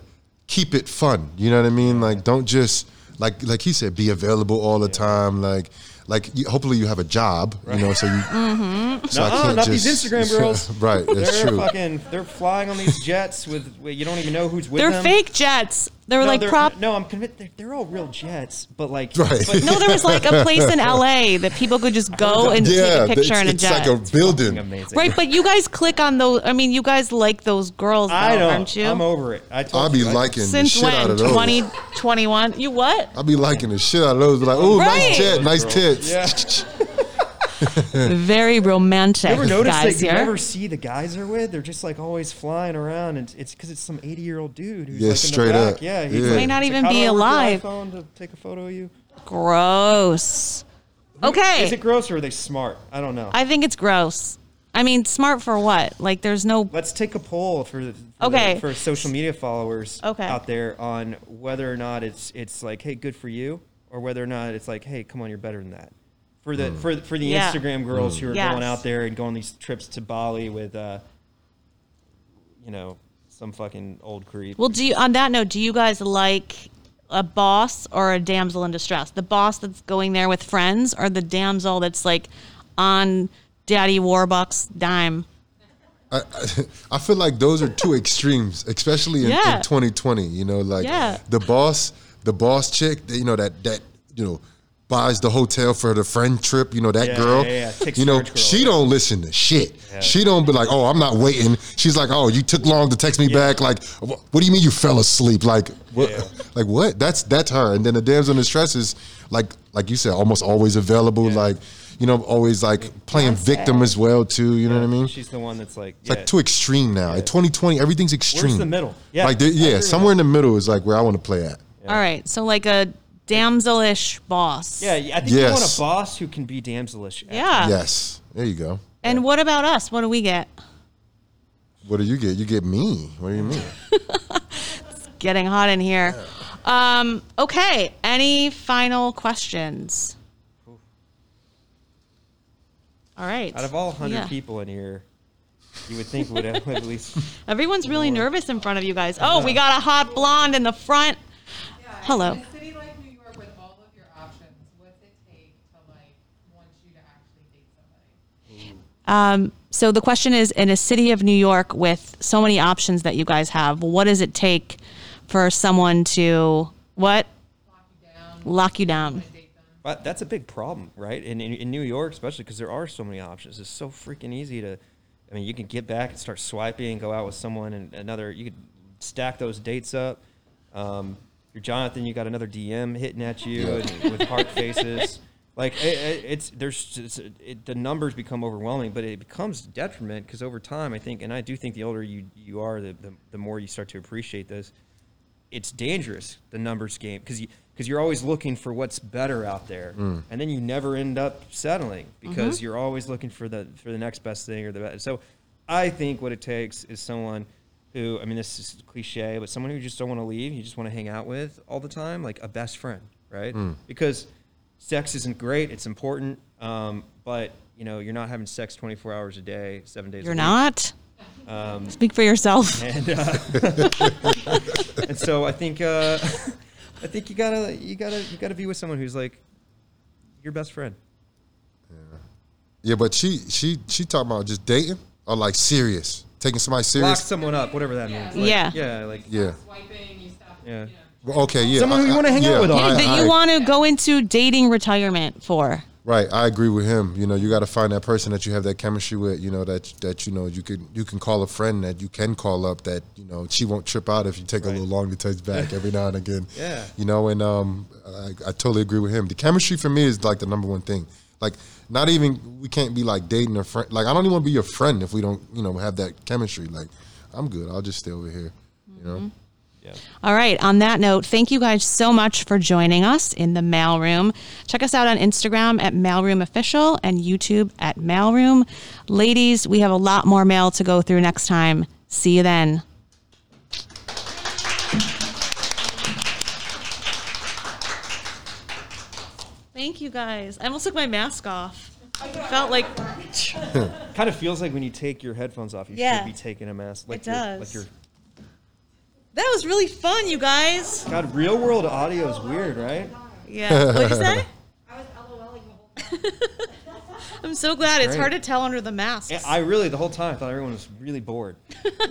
B: keep it fun. You know what I mean? Like don't just like like he said, be available all the time. Like like you, hopefully you have a job. You know, so you.
A: Mm-hmm.
B: So
C: Nuh-uh, not these Instagram girls.
B: right, that's
C: they're
B: true.
C: fucking. They're flying on these jets with. wait, You don't even know who's with
A: They're
C: them.
A: fake jets. They were
C: Um, No,
A: like
C: they're-
A: prop.
C: No, I'm convinced they're, they're all real jets, but like.
B: Right.
C: But
A: No, there was like a place in LA that people could just go and
B: yeah,
A: take a picture
B: it's,
A: in a
B: it's
A: jet.
B: like a building.
C: amazing.
A: right, but you guys click on those. I mean, you guys like those girls, though,
C: I don't.
A: aren't you?
C: I'm over it. I told
B: I'll be
C: you, I-
B: liking the
A: Since
B: shit out
A: when?
B: of those.
A: 2021? You what?
B: I'll be liking the shit out of those. Like, oh,
A: Right.
B: nice jet, nice tits.
C: Yeah.
A: Very romantic,
C: You ever notice
A: guys
C: that you
A: here.
C: never see the guys they're with? They're just like always flying around, and it's because it's some 80 year old dude who's
B: Yeah,
C: like
B: straight
C: in the back.
B: up.
C: Yeah,
B: Yeah.
C: like-
B: May
A: not
C: he's
A: even
C: like, "How
A: be
C: do I
A: alive."
C: work your iPhone to take a photo of you.
A: Gross. Okay.
C: Is it gross or are they smart? I don't know.
A: I think it's gross. I mean, smart for what? Like, there's no.
C: Let's take a poll for, the, for the-
A: Okay.
C: for social media followers
A: Okay.
C: out there on whether or not it's it's like hey good for you or whether or not it's like hey come on you're better than that for
B: Hmm.
C: the for for the
A: Yeah.
C: Instagram girls who are
A: Yes.
C: going out there and going these trips to Bali with uh you know some fucking old creep.
A: Well, do you, on that note, do you guys like a boss or a damsel in distress? The boss that's going there with friends or the damsel that's like on Daddy Warbucks' dime?
B: I feel like those are two extremes, especially in, in
A: Yeah.
B: 2020. You know, like
A: Yeah.
B: the boss, the boss chick. that, You know that that you know buys the hotel for the friend trip. You know that
C: Yeah,
B: girl.
C: yeah, yeah. Takes
B: You know
C: charge girl.
B: she don't listen to shit. She don't be like, oh, I'm not waiting. She's like, oh, you took long to text me back. Like, wh- what do you mean you fell asleep? Like, what?
C: Yeah.
B: Like what? That's that's her. And then the damsel in distress is like like you said, almost always available. Like. You know, always like playing victim as well too. You know what I mean?
C: She's the one that's like
B: It's like too extreme now. In 2020, everything's extreme.
C: Where's the middle? Yeah,
B: like there,
C: I agree
B: yeah,
C: with
B: somewhere in the middle is like where I want to play at.
A: All right. So, like a damselish boss.
C: yeah, I think you want
B: Yes.
C: a boss who can be damselish. actually.
A: Yeah.
B: Yes, there you go.
A: And what about us? What do we get?
B: What do you get? You get me. What do you mean?
A: Getting hot in here. Um, okay. Any final questions? All right.
C: Out of all 100
A: Yeah.
C: people in here, you would think would have at least
A: Everyone's really nervous in front of you guys. Oh, we got a hot blonde in the front. Hello.
F: In a city like New York with all of your options, what's it take to like want you to actually date somebody?
A: Um, so the question is in a city of New York with so many options that you guys have, what does it take for someone to what?
F: Lock you down,
A: Lock you down.
F: date them.
C: But that's a big problem, right? In in, in New York, especially because there are so many options. It's so freaking easy to. I mean, you can get back and start swiping and go out with someone and another. You could stack those dates up. Um, you're Jonathan. You got another DM hitting at you
B: Yeah.
C: and, with heart faces. Like it, it, it's there's just, it, the numbers become overwhelming, but it becomes detriment because over time, I think, and I do think the older you you are, the the, the more you start to appreciate this it's dangerous the numbers game because you because you're always looking for what's better out there and then you never end up settling because
A: Mm-hmm.
C: you're always looking for the for the next best thing or the best so i think what it takes is someone who i mean this is cliche but someone who you just don't want to leave you just want to hang out with all the time like a best friend right because sex isn't great it's important um, but you know you're not having sex 24 hours a day seven days
A: You're
C: a week.
A: not? Speak for yourself.
C: uh, and so I think uh, I think you gotta you gotta you gotta be with someone who's like your best friend.
B: yeah, but she she she talking about just dating or like serious, taking somebody
C: Lock
B: serious.
C: someone up, whatever that means. Like,
A: Yeah.
C: yeah, like
B: Yeah.
F: Swiping, you stop.
C: Yeah.
F: You know.
B: Well, okay. Yeah.
C: Someone who you wanna hang out with all
B: I-
C: the
A: That
B: I-
A: you want to go into dating retirement for.
B: Right, I agree with him. You know, you got to find that person that you have that chemistry with. You know that that you know you can you can call a friend that you can call up that you know she won't trip out if you take a
C: Right.
B: little long to text back every now and again.
C: Yeah.
B: you know, and um, I, I totally agree with him. The chemistry for me is like the number one thing. Like, not even we can't be like dating a friend. Like, I don't even want to be your friend if we don't you know have that chemistry. Like, I'm good. I'll just stay over here. You know.
C: yeah.
A: All right. On that note, thank you guys so much for joining us in the mailroom. Check us out on Instagram at Mailroom Official and YouTube at Mailroom. Ladies, we have a lot more mail to go through next time. See you then. Thank you guys. I almost took my mask off. Felt like
C: Kind of feels like when you take your headphones off, you
A: Yeah.
C: should be taking a mask. Like
A: It
C: you're-
A: does.
C: Like your
A: that was really fun, you guys.
C: God, real world audio is weird, right?
A: Yeah. What'd you say?
D: I was LOLing the whole time.
A: I'm so glad. It's
C: Great.
A: hard to tell under the mask.
C: I I really the whole time thought everyone was really bored.